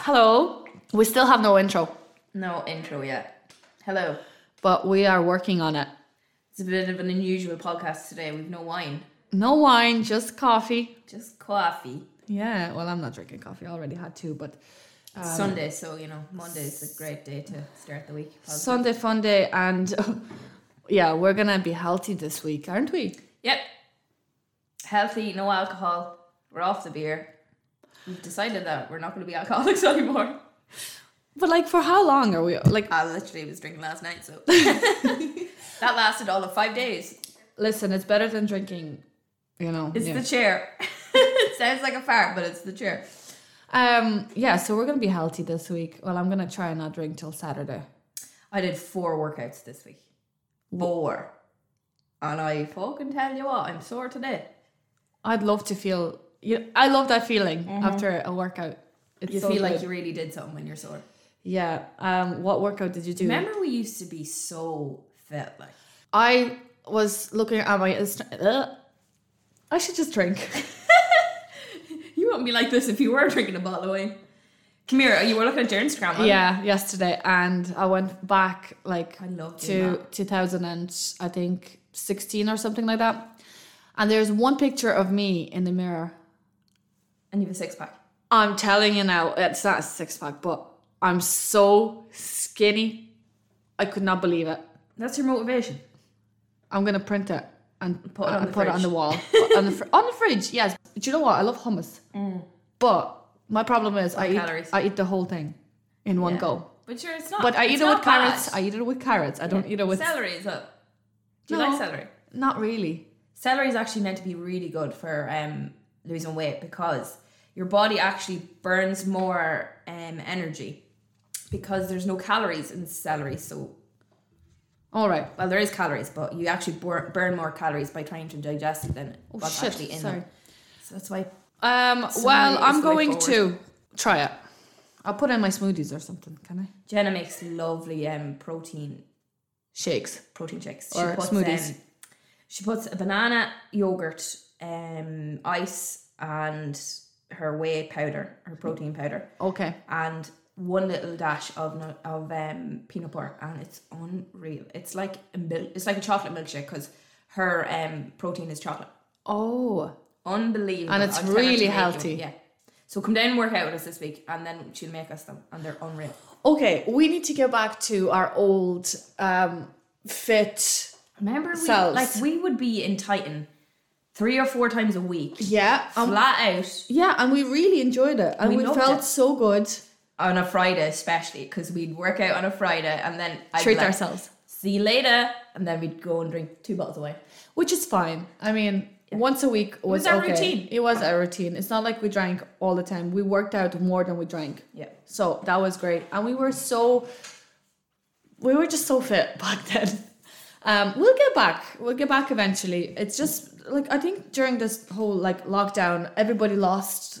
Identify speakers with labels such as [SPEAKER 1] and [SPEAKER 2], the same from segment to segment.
[SPEAKER 1] Hello. We still have no intro,
[SPEAKER 2] No intro yet. Hello.
[SPEAKER 1] but we are working on it.
[SPEAKER 2] It's a bit of an unusual podcast today. We've no wine,
[SPEAKER 1] No wine, just coffee.
[SPEAKER 2] just coffee.
[SPEAKER 1] Yeah, well, I'm not drinking coffee. I already had two, but
[SPEAKER 2] It's Sunday, so you know Monday is a great day to start the week. Positive.
[SPEAKER 1] Sunday fun day, and yeah, we're gonna be healthy this week, aren't we?
[SPEAKER 2] Yep. Healthy, no alcohol. We're off the beer. We've decided that we're not going to be alcoholics anymore.
[SPEAKER 1] But like, for how long are we? Like,
[SPEAKER 2] I literally was drinking last night, so that lasted all of five days.
[SPEAKER 1] listen, it's better than drinking. You know.
[SPEAKER 2] It's
[SPEAKER 1] yeah.
[SPEAKER 2] the chair. it sounds like a fart, but it's the chair.
[SPEAKER 1] um. Yeah. So we're gonna be healthy this week. Well, I'm gonna try and not drink till Saturday.
[SPEAKER 2] I did four workouts this week. Four. And I fucking tell you what, I'm sore today.
[SPEAKER 1] I'd love to feel. You I love that feeling after a workout. It's
[SPEAKER 2] You
[SPEAKER 1] so
[SPEAKER 2] feel like
[SPEAKER 1] good.
[SPEAKER 2] you really did something when you're sore.
[SPEAKER 1] Yeah. Um. What workout did you do?
[SPEAKER 2] Remember, we used to be so fit, like
[SPEAKER 1] I was looking at my. Insta- Ugh. I should just drink.
[SPEAKER 2] you wouldn't be like this if you were drinking a bottle of wine. Come here, you were looking at your Instagram. weren't you?
[SPEAKER 1] yeah, yesterday, and I went back like
[SPEAKER 2] I love doing
[SPEAKER 1] to 2000 and I think 16 or something like that. And there's one picture of me in the mirror.
[SPEAKER 2] and you have a six pack.
[SPEAKER 1] I'm telling you now, it's not a six pack, but I'm so skinny. I could not believe it.
[SPEAKER 2] That's your motivation.
[SPEAKER 1] I'm gonna print it and
[SPEAKER 2] Put it on
[SPEAKER 1] and
[SPEAKER 2] the
[SPEAKER 1] put it on
[SPEAKER 2] fridge.
[SPEAKER 1] the wall Put on the fr- on the fridge. Yes, but you know what? I love hummus, but my problem is I eat
[SPEAKER 2] calories.
[SPEAKER 1] I eat the whole thing in one
[SPEAKER 2] Yeah.
[SPEAKER 1] go.
[SPEAKER 2] But sure, it's not.
[SPEAKER 1] But I
[SPEAKER 2] it's
[SPEAKER 1] eat it with
[SPEAKER 2] not bad.
[SPEAKER 1] carrots. I eat it with carrots. I don't eat it with
[SPEAKER 2] celery is up. Do you
[SPEAKER 1] No.
[SPEAKER 2] like celery?
[SPEAKER 1] not really.
[SPEAKER 2] Celery is actually meant to be really good for um, losing weight because your body actually burns more um, energy because there's no calories in celery. So,
[SPEAKER 1] All right.
[SPEAKER 2] well, there is calories, but you actually bur- burn more calories by trying to digest it than
[SPEAKER 1] Oh
[SPEAKER 2] what's
[SPEAKER 1] shit.
[SPEAKER 2] actually in
[SPEAKER 1] Sorry.
[SPEAKER 2] them. So that's why
[SPEAKER 1] Um.
[SPEAKER 2] Celery
[SPEAKER 1] well,
[SPEAKER 2] is
[SPEAKER 1] I'm
[SPEAKER 2] the way
[SPEAKER 1] going to try it. I'll put it in my smoothies or something. Can I?
[SPEAKER 2] Jenna makes lovely um, protein
[SPEAKER 1] Shakes.
[SPEAKER 2] protein shakes
[SPEAKER 1] Or smoothies.
[SPEAKER 2] um, she puts a banana, yogurt, um, ice, and her whey powder, her protein powder.
[SPEAKER 1] Okay.
[SPEAKER 2] and one little dash of nu- of um, peanut butter, and it's unreal. It's like a mil- it's like a chocolate milkshake because her um, protein is chocolate.
[SPEAKER 1] Oh.
[SPEAKER 2] Unbelievable,
[SPEAKER 1] And it's
[SPEAKER 2] I'll tell her to
[SPEAKER 1] really
[SPEAKER 2] make you-
[SPEAKER 1] healthy.
[SPEAKER 2] Yeah. So come down and work out with us this week, and then she'll make us them, and they're unreal.
[SPEAKER 1] Okay. We need to get back to our old um fit.
[SPEAKER 2] Remember, we
[SPEAKER 1] Selves.
[SPEAKER 2] like we would be in Titan three or four times a week,
[SPEAKER 1] Yeah. um,
[SPEAKER 2] flat out
[SPEAKER 1] Yeah, and we really enjoyed it, and
[SPEAKER 2] We
[SPEAKER 1] we,
[SPEAKER 2] loved
[SPEAKER 1] felt
[SPEAKER 2] it.
[SPEAKER 1] so good.
[SPEAKER 2] on a Friday, especially because we'd work out on a Friday, and then I'd
[SPEAKER 1] Treat
[SPEAKER 2] be like,
[SPEAKER 1] ourselves,
[SPEAKER 2] See you later, and then we'd go and drink two bottles of wine.
[SPEAKER 1] which is fine. I mean, once a week was,
[SPEAKER 2] was our
[SPEAKER 1] okay.
[SPEAKER 2] routine.
[SPEAKER 1] It was our routine. It's not like we drank all the time. We worked out more than we drank,
[SPEAKER 2] Yeah.
[SPEAKER 1] so that was great. And we were so, we were just so fit back then. Um, we'll get back. We'll get back eventually. It's just like I think during this whole like lockdown, everybody lost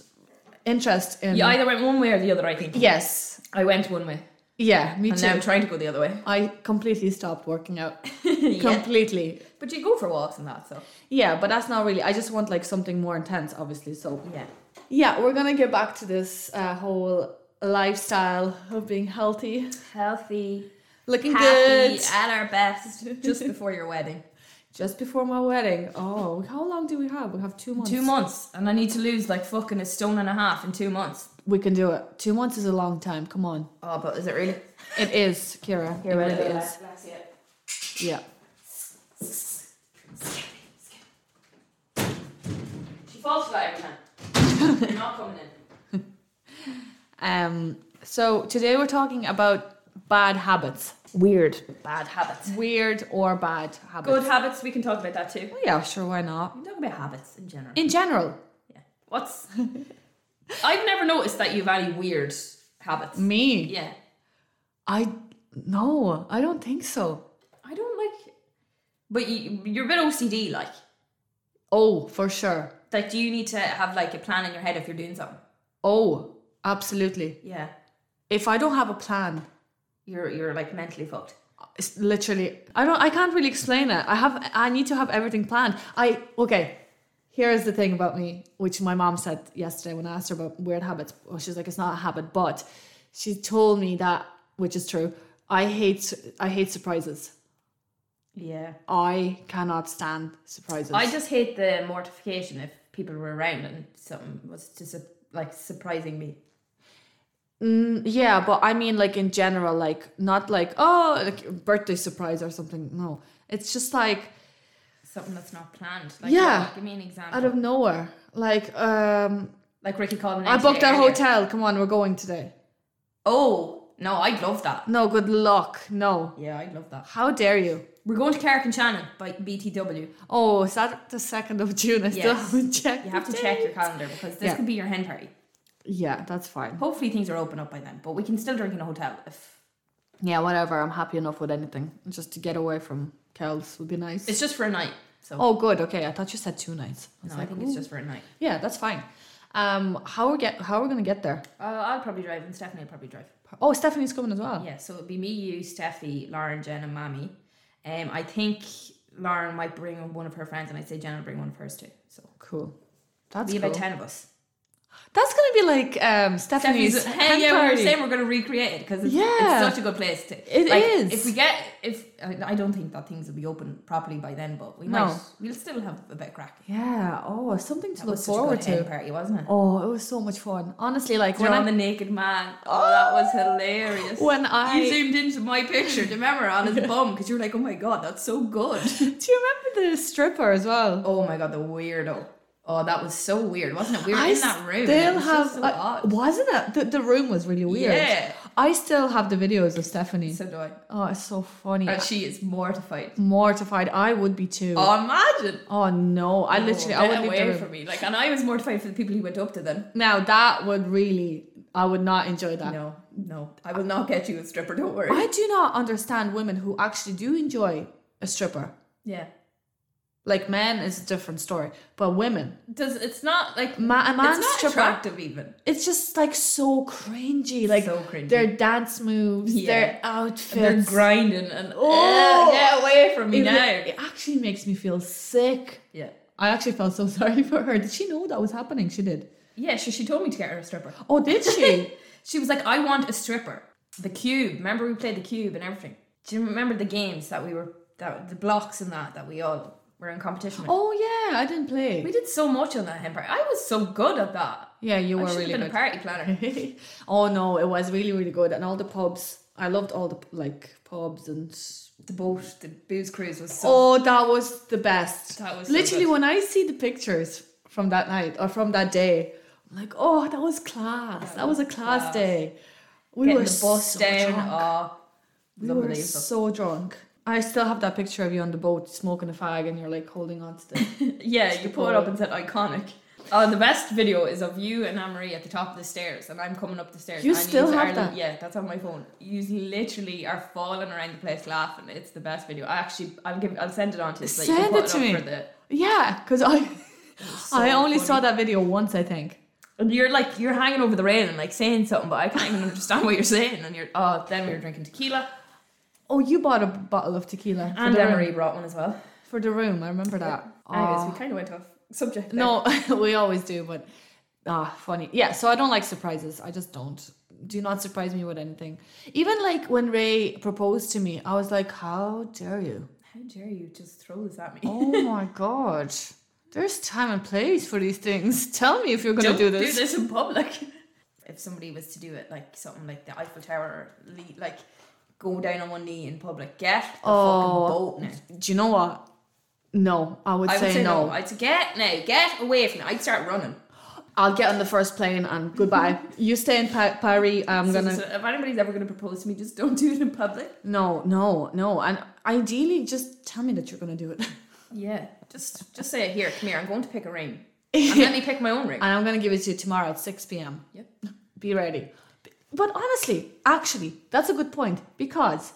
[SPEAKER 1] interest in.
[SPEAKER 2] You either went one way or the other, I think.
[SPEAKER 1] yes.
[SPEAKER 2] I went one way.
[SPEAKER 1] Yeah. Me
[SPEAKER 2] And
[SPEAKER 1] too.
[SPEAKER 2] now I'm trying to go the other way.
[SPEAKER 1] I completely stopped working out.
[SPEAKER 2] yeah.
[SPEAKER 1] Completely.
[SPEAKER 2] But you go for walks and that, so.
[SPEAKER 1] Yeah, but that's not really. I just want like something more intense, obviously. So
[SPEAKER 2] Yeah.
[SPEAKER 1] yeah, we're gonna get back to this uh, whole lifestyle of being healthy,
[SPEAKER 2] Healthy,
[SPEAKER 1] looking
[SPEAKER 2] happy,
[SPEAKER 1] good.
[SPEAKER 2] at our best, just before your wedding.
[SPEAKER 1] Just before my wedding. Oh, how long do we have? We have two months.
[SPEAKER 2] Two months, and I need to lose like fucking a stone and a half in two months.
[SPEAKER 1] We can do it. Two months is a long time. Come on.
[SPEAKER 2] Oh, but is it really?
[SPEAKER 1] It is, Kira. it really is. Yeah.
[SPEAKER 2] She falls for that every time. You're not coming in.
[SPEAKER 1] Um. So today we're talking about bad habits,
[SPEAKER 2] Weird. Bad habits.
[SPEAKER 1] weird or bad habits.
[SPEAKER 2] Good habits, we can talk about that too.
[SPEAKER 1] Yeah, sure. Why not?
[SPEAKER 2] We can talk about habits in general.
[SPEAKER 1] In general,
[SPEAKER 2] Yeah. What's. I've never noticed that you've any weird habits.
[SPEAKER 1] me.
[SPEAKER 2] Yeah.
[SPEAKER 1] I no, I don't think so.
[SPEAKER 2] I don't like. But you, you're a bit OCD, like.
[SPEAKER 1] Oh, for sure.
[SPEAKER 2] Like, do you need to have like a plan in your head if you're doing something?
[SPEAKER 1] Oh, absolutely.
[SPEAKER 2] Yeah.
[SPEAKER 1] If I don't have a plan,
[SPEAKER 2] You're you're like mentally fucked.
[SPEAKER 1] it's literally I don't I can't really explain it. I have I need to have everything planned. I okay. Here's the thing about me, which my mom said yesterday when I asked her about weird habits. Well, she's like, it's not a habit, but she told me that, which is true. I hate I hate surprises.
[SPEAKER 2] Yeah.
[SPEAKER 1] I cannot stand surprises.
[SPEAKER 2] I just hate the mortification if people were around and something was to su- like surprising me.
[SPEAKER 1] Mm, yeah, but I mean, like in general, like not like oh, like birthday surprise or something. No, it's just like
[SPEAKER 2] Something that's not planned. Like,
[SPEAKER 1] Yeah.
[SPEAKER 2] Give me an example.
[SPEAKER 1] out of nowhere. Like um,
[SPEAKER 2] like Ricky called. the
[SPEAKER 1] I
[SPEAKER 2] next
[SPEAKER 1] booked
[SPEAKER 2] day
[SPEAKER 1] a
[SPEAKER 2] earlier.
[SPEAKER 1] hotel. Come on, we're going today.
[SPEAKER 2] Oh no, I'd love that.
[SPEAKER 1] No, good luck. No,
[SPEAKER 2] Yeah, I'd love that.
[SPEAKER 1] how dare you?
[SPEAKER 2] We're going to Carrick and Shannon by BTW.
[SPEAKER 1] Oh, is that the second of June? I still
[SPEAKER 2] Yes.
[SPEAKER 1] haven't checked.
[SPEAKER 2] You have to
[SPEAKER 1] the
[SPEAKER 2] check your
[SPEAKER 1] date.
[SPEAKER 2] calendar because this
[SPEAKER 1] Yeah.
[SPEAKER 2] could be your hen party.
[SPEAKER 1] Yeah, that's fine.
[SPEAKER 2] Hopefully things are open up by then, but we can still drink in a hotel if
[SPEAKER 1] Yeah, whatever. I'm happy enough with anything. Just to get away from Kells would be nice.
[SPEAKER 2] it's just for a night. So
[SPEAKER 1] oh, good. Okay, I thought you said two nights. I was
[SPEAKER 2] no, I
[SPEAKER 1] like,
[SPEAKER 2] think it's
[SPEAKER 1] ooh.
[SPEAKER 2] just for a night.
[SPEAKER 1] yeah, that's fine. Um, how we get? How are we gonna get there?
[SPEAKER 2] Uh, I'll probably drive and Stephanie will probably drive.
[SPEAKER 1] Oh, Stephanie's coming as well.
[SPEAKER 2] Yeah, so it'll be me, you, Steffi, Lauren, Jen, and Mammy. Um, I think Lauren might bring one of her friends, and I'd say Jen will bring one of hers too. So
[SPEAKER 1] Cool.
[SPEAKER 2] it'll
[SPEAKER 1] That's
[SPEAKER 2] be
[SPEAKER 1] cool.
[SPEAKER 2] about ten of us.
[SPEAKER 1] That's gonna be like um, Stephanie's,
[SPEAKER 2] Stephanie's,
[SPEAKER 1] hen
[SPEAKER 2] hey, yeah, we were
[SPEAKER 1] party.
[SPEAKER 2] saying we're gonna recreate it because it's,
[SPEAKER 1] Yeah.
[SPEAKER 2] it's such a good place to.
[SPEAKER 1] It
[SPEAKER 2] It is. like,
[SPEAKER 1] is.
[SPEAKER 2] If we get, if I I don't think that things will be open properly by then, but we
[SPEAKER 1] No.
[SPEAKER 2] might. We'll still have a bit of crack.
[SPEAKER 1] yeah. Oh, something to
[SPEAKER 2] That
[SPEAKER 1] look
[SPEAKER 2] was such a
[SPEAKER 1] forward
[SPEAKER 2] good
[SPEAKER 1] to.
[SPEAKER 2] hen party, wasn't it?
[SPEAKER 1] Oh, it was so much fun. Honestly, like when
[SPEAKER 2] John
[SPEAKER 1] I,
[SPEAKER 2] the naked man. Oh, that was hilarious.
[SPEAKER 1] when
[SPEAKER 2] you
[SPEAKER 1] I
[SPEAKER 2] zoomed into my picture, do you remember, on his bum? Because you were like, oh my god, that's so good.
[SPEAKER 1] do you remember the stripper as well?
[SPEAKER 2] Oh my god, the weirdo. Oh, that was so weird, wasn't it? We were
[SPEAKER 1] I
[SPEAKER 2] in that room. and it
[SPEAKER 1] still
[SPEAKER 2] was
[SPEAKER 1] have
[SPEAKER 2] just so
[SPEAKER 1] like,
[SPEAKER 2] odd.
[SPEAKER 1] wasn't it? The, the room was really weird.
[SPEAKER 2] Yeah.
[SPEAKER 1] I still have the videos of Stephanie.
[SPEAKER 2] So do I.
[SPEAKER 1] Oh, it's so funny.
[SPEAKER 2] And she is mortified.
[SPEAKER 1] mortified. I would be too. Oh,
[SPEAKER 2] Oh, imagine.
[SPEAKER 1] no! I literally I
[SPEAKER 2] Oh,
[SPEAKER 1] would
[SPEAKER 2] get
[SPEAKER 1] leave the
[SPEAKER 2] away
[SPEAKER 1] room.
[SPEAKER 2] from me. Like, and I was mortified for the people who went up to them.
[SPEAKER 1] now that would really I would not enjoy that.
[SPEAKER 2] No, no, I will not get you a stripper. Don't worry.
[SPEAKER 1] I do not understand women who actually do enjoy a stripper.
[SPEAKER 2] Yeah,
[SPEAKER 1] Like men is a different story, but women,
[SPEAKER 2] does it's not like
[SPEAKER 1] ma- a man's
[SPEAKER 2] it's not
[SPEAKER 1] stripper,
[SPEAKER 2] attractive even.
[SPEAKER 1] it's just like so cringy. Like
[SPEAKER 2] So cringy.
[SPEAKER 1] their dance moves,
[SPEAKER 2] Yeah.
[SPEAKER 1] their
[SPEAKER 2] They're
[SPEAKER 1] outfits.
[SPEAKER 2] grinding and
[SPEAKER 1] Oh!
[SPEAKER 2] oh, get away from me
[SPEAKER 1] it,
[SPEAKER 2] now.
[SPEAKER 1] it actually makes me feel sick.
[SPEAKER 2] Yeah,
[SPEAKER 1] I actually felt so sorry for her. Did she know that was happening? She did.
[SPEAKER 2] yeah. She she told me to get her a stripper.
[SPEAKER 1] Oh, did she?
[SPEAKER 2] She was like, I want a stripper. The cube. Remember we played the cube and everything. Do you remember the games that we were that the blocks and that that we all were in competition with?
[SPEAKER 1] oh yeah, I didn't play.
[SPEAKER 2] We did so much on that hen party. I was so good at that.
[SPEAKER 1] Yeah, you
[SPEAKER 2] I
[SPEAKER 1] were
[SPEAKER 2] should
[SPEAKER 1] really
[SPEAKER 2] have been
[SPEAKER 1] good.
[SPEAKER 2] a party planner.
[SPEAKER 1] oh no, it was really really good, and all the pubs. I loved all the like pubs and.
[SPEAKER 2] The boat, the booze cruise was so.
[SPEAKER 1] Oh, that was the best.
[SPEAKER 2] That was so
[SPEAKER 1] literally
[SPEAKER 2] good.
[SPEAKER 1] when I see the pictures from that night or from that day. I'm like, oh, that was class. That, was a class,
[SPEAKER 2] class.
[SPEAKER 1] day. We
[SPEAKER 2] getting
[SPEAKER 1] were
[SPEAKER 2] the bus
[SPEAKER 1] so
[SPEAKER 2] down.
[SPEAKER 1] drunk.
[SPEAKER 2] Oh,
[SPEAKER 1] We
[SPEAKER 2] lovely.
[SPEAKER 1] were so drunk. I still have that picture of you on the boat smoking a fag, and you're like holding on to the.
[SPEAKER 2] yeah, you pull it up and said iconic. Oh, the best video is of you and Anne Marie at the top of the stairs, and I'm coming up the stairs.
[SPEAKER 1] You
[SPEAKER 2] and
[SPEAKER 1] still
[SPEAKER 2] yous
[SPEAKER 1] have
[SPEAKER 2] are-
[SPEAKER 1] that?
[SPEAKER 2] Yeah, that's on my phone. You literally are falling around the place laughing. It's the best video. I actually, I'll give, I'll send it on to you. So that you
[SPEAKER 1] Send
[SPEAKER 2] can
[SPEAKER 1] it
[SPEAKER 2] put it
[SPEAKER 1] to
[SPEAKER 2] up
[SPEAKER 1] me.
[SPEAKER 2] For the,
[SPEAKER 1] yeah, because I
[SPEAKER 2] so
[SPEAKER 1] I only
[SPEAKER 2] funny.
[SPEAKER 1] saw that video once, I think.
[SPEAKER 2] And you're like, you're hanging over the rail and like saying something, but I can't even understand what you're saying. And you're, oh, then we were drinking tequila,
[SPEAKER 1] Oh, you bought a bottle of tequila for
[SPEAKER 2] and
[SPEAKER 1] the
[SPEAKER 2] Anne
[SPEAKER 1] room-
[SPEAKER 2] Marie brought one as well.
[SPEAKER 1] for the room. I remember that.
[SPEAKER 2] Anyways,
[SPEAKER 1] Aw.
[SPEAKER 2] we kind of went off subject. there.
[SPEAKER 1] No, we always do, but ah, funny. Yeah, so I don't like surprises. I just don't. Do not surprise me with anything. Even like when Ray proposed to me, I was like, "How dare you?
[SPEAKER 2] how dare you just throw this at me?
[SPEAKER 1] Oh my god! There's time and place for these things. Tell me if you're gonna
[SPEAKER 2] Don't
[SPEAKER 1] do this.
[SPEAKER 2] do this in public. If somebody was to do it, like something like the Eiffel Tower, or le- like go down on one knee in public, get the
[SPEAKER 1] Oh,
[SPEAKER 2] fucking boat now.
[SPEAKER 1] Do you know what? No, I would,
[SPEAKER 2] I
[SPEAKER 1] say,
[SPEAKER 2] would say
[SPEAKER 1] no.
[SPEAKER 2] no. I'd say get now, get away from it. I'd start running.
[SPEAKER 1] I'll get on the first plane and goodbye. you stay in pa- Paris. I'm
[SPEAKER 2] So-
[SPEAKER 1] gonna
[SPEAKER 2] so if anybody's ever gonna propose to me, just don't do it in public.
[SPEAKER 1] no, no, no. And ideally, just tell me that you're gonna do it.
[SPEAKER 2] Yeah, just just say here, come here. I'm going to pick a ring, and let me pick my own ring.
[SPEAKER 1] and I'm gonna give it to you tomorrow at 6 p.m.
[SPEAKER 2] Yep.
[SPEAKER 1] Be ready. But honestly, actually, that's a good point because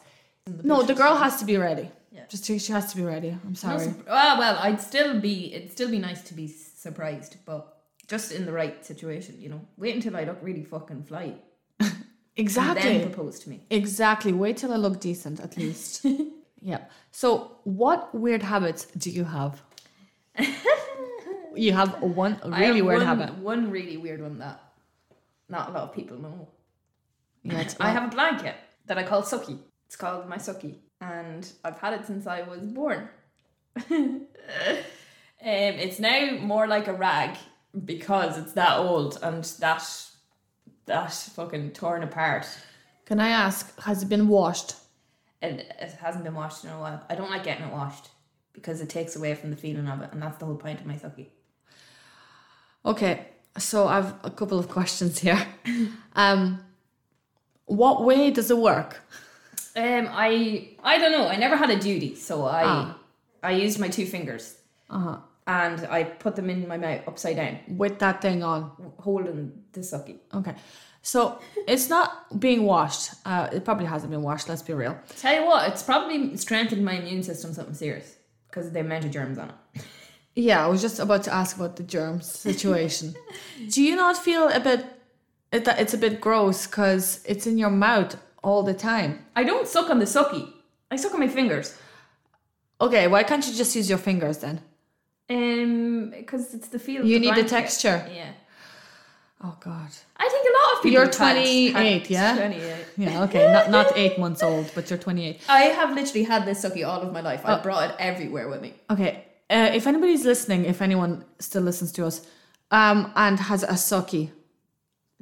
[SPEAKER 1] no, the girl has to be ready.
[SPEAKER 2] Yeah.
[SPEAKER 1] Just she she has to be ready. I'm
[SPEAKER 2] No
[SPEAKER 1] sorry.
[SPEAKER 2] surp- oh, well, I'd still be. It'd still be nice to be surprised, but just in the right situation, you know. Wait until I look really fucking fly, and
[SPEAKER 1] Exactly.
[SPEAKER 2] then propose to me.
[SPEAKER 1] exactly. Wait till I look decent at least. yeah. So, what weird habits do you have? You have one
[SPEAKER 2] I have
[SPEAKER 1] really weird
[SPEAKER 2] one,
[SPEAKER 1] habit.
[SPEAKER 2] One really weird one that not a lot of people know.
[SPEAKER 1] Yeah, it's
[SPEAKER 2] I have a blanket that I call Suki. It's called my Suki, and I've had it since I was born. um, it's now more like a rag because it's that old and that that fucking torn apart,
[SPEAKER 1] Can I ask? Has it been washed?
[SPEAKER 2] and it hasn't been washed in a while. I don't like getting it washed because it takes away from the feeling of it, and that's the whole point of my Suki.
[SPEAKER 1] Okay, so I've a couple of questions here. um, what way does it work?
[SPEAKER 2] Um, I I don't know. I never had a duty, so I
[SPEAKER 1] Ah.
[SPEAKER 2] I used my two fingers
[SPEAKER 1] Uh huh.
[SPEAKER 2] and I put them in my mouth upside down,
[SPEAKER 1] With that thing on.
[SPEAKER 2] holding the sucky.
[SPEAKER 1] Okay, so it's not being washed. Uh, it probably hasn't been washed. Let's be real.
[SPEAKER 2] Tell you what, it's probably strengthened my immune system something serious because the amount of germs on it.
[SPEAKER 1] Yeah, I was just about to ask about the germs situation. Do you not feel a bit it- that it's a bit gross because it's in your mouth all the time?
[SPEAKER 2] I don't suck on the sucky. I suck on my fingers.
[SPEAKER 1] Okay, why can't you just use your fingers then?
[SPEAKER 2] Um, because it's the feel. of
[SPEAKER 1] You
[SPEAKER 2] the
[SPEAKER 1] need the
[SPEAKER 2] blanket.
[SPEAKER 1] texture.
[SPEAKER 2] Yeah,
[SPEAKER 1] Oh God.
[SPEAKER 2] I think a lot of people.
[SPEAKER 1] You're
[SPEAKER 2] have had-
[SPEAKER 1] 28, yeah?
[SPEAKER 2] Twenty-eight.
[SPEAKER 1] Yeah. Okay. not not eight months old, but you're 28.
[SPEAKER 2] I have literally had this sucky all of my life.
[SPEAKER 1] Oh.
[SPEAKER 2] I brought it everywhere with me.
[SPEAKER 1] Okay. Uh, if anybody's listening, if anyone still listens to us, um, and has a sucky,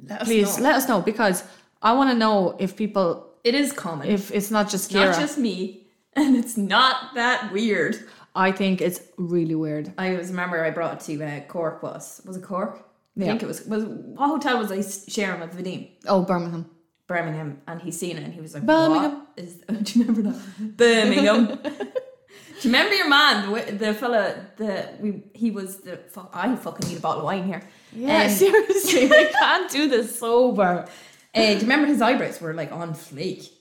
[SPEAKER 2] Let us
[SPEAKER 1] please
[SPEAKER 2] know.
[SPEAKER 1] let us know because I want to know if people,
[SPEAKER 2] it is common.
[SPEAKER 1] if it's not just Kira.
[SPEAKER 2] not just me, and it's not that weird.
[SPEAKER 1] I think it's really weird.
[SPEAKER 2] I always remember I brought it to uh, Cork was was it Cork? I
[SPEAKER 1] Yeah.
[SPEAKER 2] think it was was what hotel was I s- sharing with Vadim?
[SPEAKER 1] Oh, Birmingham.
[SPEAKER 2] Birmingham, and he seen it and he was like,
[SPEAKER 1] Birmingham.
[SPEAKER 2] "What is?" do you remember that? Birmingham. do you remember your man, the, wi- the fella, the we? He was the. Fuck, I fucking need a bottle of wine here.
[SPEAKER 1] Yeah,
[SPEAKER 2] Um,
[SPEAKER 1] seriously, we can't do this sober.
[SPEAKER 2] uh, do you remember his eyebrows were like on flake?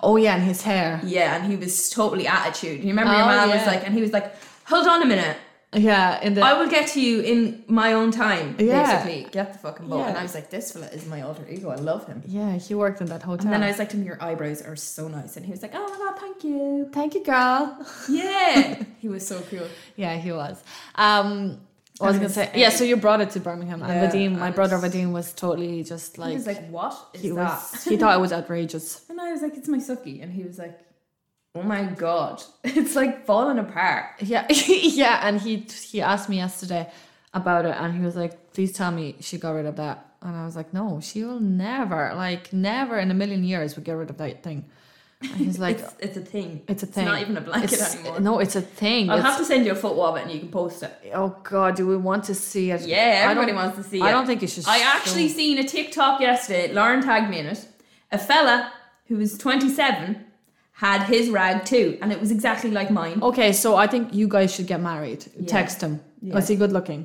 [SPEAKER 1] Oh yeah, and his hair.
[SPEAKER 2] Yeah, and he was totally attitude. You remember your
[SPEAKER 1] Oh,
[SPEAKER 2] man was
[SPEAKER 1] yeah.
[SPEAKER 2] like, and he was like, "Hold on a minute."
[SPEAKER 1] Yeah, in the
[SPEAKER 2] I will get to you in my own time,
[SPEAKER 1] Yeah.
[SPEAKER 2] basically. Get the fucking boat.
[SPEAKER 1] Yeah.
[SPEAKER 2] And I was like, this fella is my alter ego. I love him.
[SPEAKER 1] yeah, he worked in that hotel.
[SPEAKER 2] And then I was like to him, your eyebrows are so nice. And he was like, oh my god, thank you.
[SPEAKER 1] Thank you, girl.
[SPEAKER 2] Yeah. he was so cool.
[SPEAKER 1] Yeah, he was. Um, what was I
[SPEAKER 2] And
[SPEAKER 1] gonna
[SPEAKER 2] his
[SPEAKER 1] say?
[SPEAKER 2] hair.
[SPEAKER 1] Yeah, so you brought it to Birmingham,
[SPEAKER 2] Yeah,
[SPEAKER 1] and Vadim, my
[SPEAKER 2] and-
[SPEAKER 1] brother Vadim, was totally just like
[SPEAKER 2] he was like, what is
[SPEAKER 1] he
[SPEAKER 2] that?
[SPEAKER 1] was. He thought it was outrageous.
[SPEAKER 2] And I was like, it's my sucky. And he was like, oh my god, it's like falling apart.
[SPEAKER 1] Yeah, yeah, and he he asked me yesterday about it, and he was like, "Please tell me she got rid of that." And I was like, "No, she will never, like, never in a million years would get rid of that thing." And he's like,
[SPEAKER 2] it's, it's a thing.
[SPEAKER 1] It's a thing.
[SPEAKER 2] not even a blanket
[SPEAKER 1] It's-
[SPEAKER 2] anymore.
[SPEAKER 1] No, it's a thing.
[SPEAKER 2] I'll
[SPEAKER 1] It's-
[SPEAKER 2] have to send you a foot wobbit and you can post it.
[SPEAKER 1] oh God, do we want to see it?
[SPEAKER 2] Yeah,
[SPEAKER 1] I don't-
[SPEAKER 2] everybody wants to see
[SPEAKER 1] I
[SPEAKER 2] it.
[SPEAKER 1] don't think you should.
[SPEAKER 2] I actually seen a TikTok yesterday. Lauren tagged me in it. A fella who was 27 had his rag too, and it was exactly like mine.
[SPEAKER 1] Okay, so I think you guys should get married.
[SPEAKER 2] Yeah.
[SPEAKER 1] Text him.
[SPEAKER 2] Yeah.
[SPEAKER 1] Was he good looking?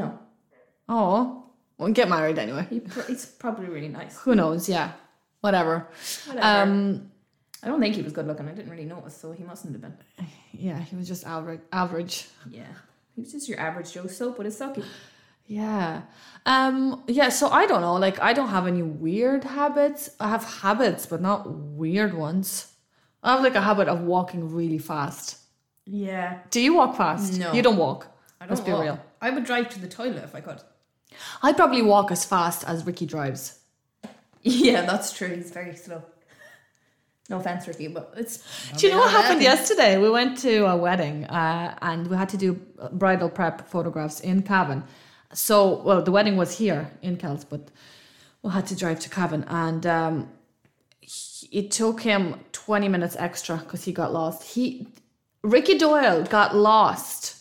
[SPEAKER 2] No,
[SPEAKER 1] Oh, well, get married anyway.
[SPEAKER 2] he pr- he's probably really nice.
[SPEAKER 1] Who knows? Yeah, whatever.
[SPEAKER 2] Whatever.
[SPEAKER 1] Um,
[SPEAKER 2] I don't think he was good looking. I didn't really notice, so he mustn't have been.
[SPEAKER 1] yeah, he was just average. Average.
[SPEAKER 2] Yeah, he was just your average Joe soap with a socky.
[SPEAKER 1] Yeah. Um yeah, so I don't know. Like I don't have any weird habits. I have habits, but not weird ones. I have like a habit of walking really fast.
[SPEAKER 2] Yeah,
[SPEAKER 1] Do you walk fast?
[SPEAKER 2] No.
[SPEAKER 1] You don't walk.
[SPEAKER 2] I don't
[SPEAKER 1] Let's be
[SPEAKER 2] walk.
[SPEAKER 1] real.
[SPEAKER 2] I would drive to the toilet if I could.
[SPEAKER 1] I probably walk as fast as Ricky drives.
[SPEAKER 2] Yeah, that's true. He's very slow. No offense, Ricky, but it's.
[SPEAKER 1] Do you know what
[SPEAKER 2] Yeah,
[SPEAKER 1] happened
[SPEAKER 2] I think-
[SPEAKER 1] yesterday? We went to a wedding uh, and we had to do bridal prep photographs in Cavan. So, well, the wedding was here in Kells, but we had to drive to Cavan. And um, he- it took him 20 minutes extra because he got lost. He, Ricky Doyle got lost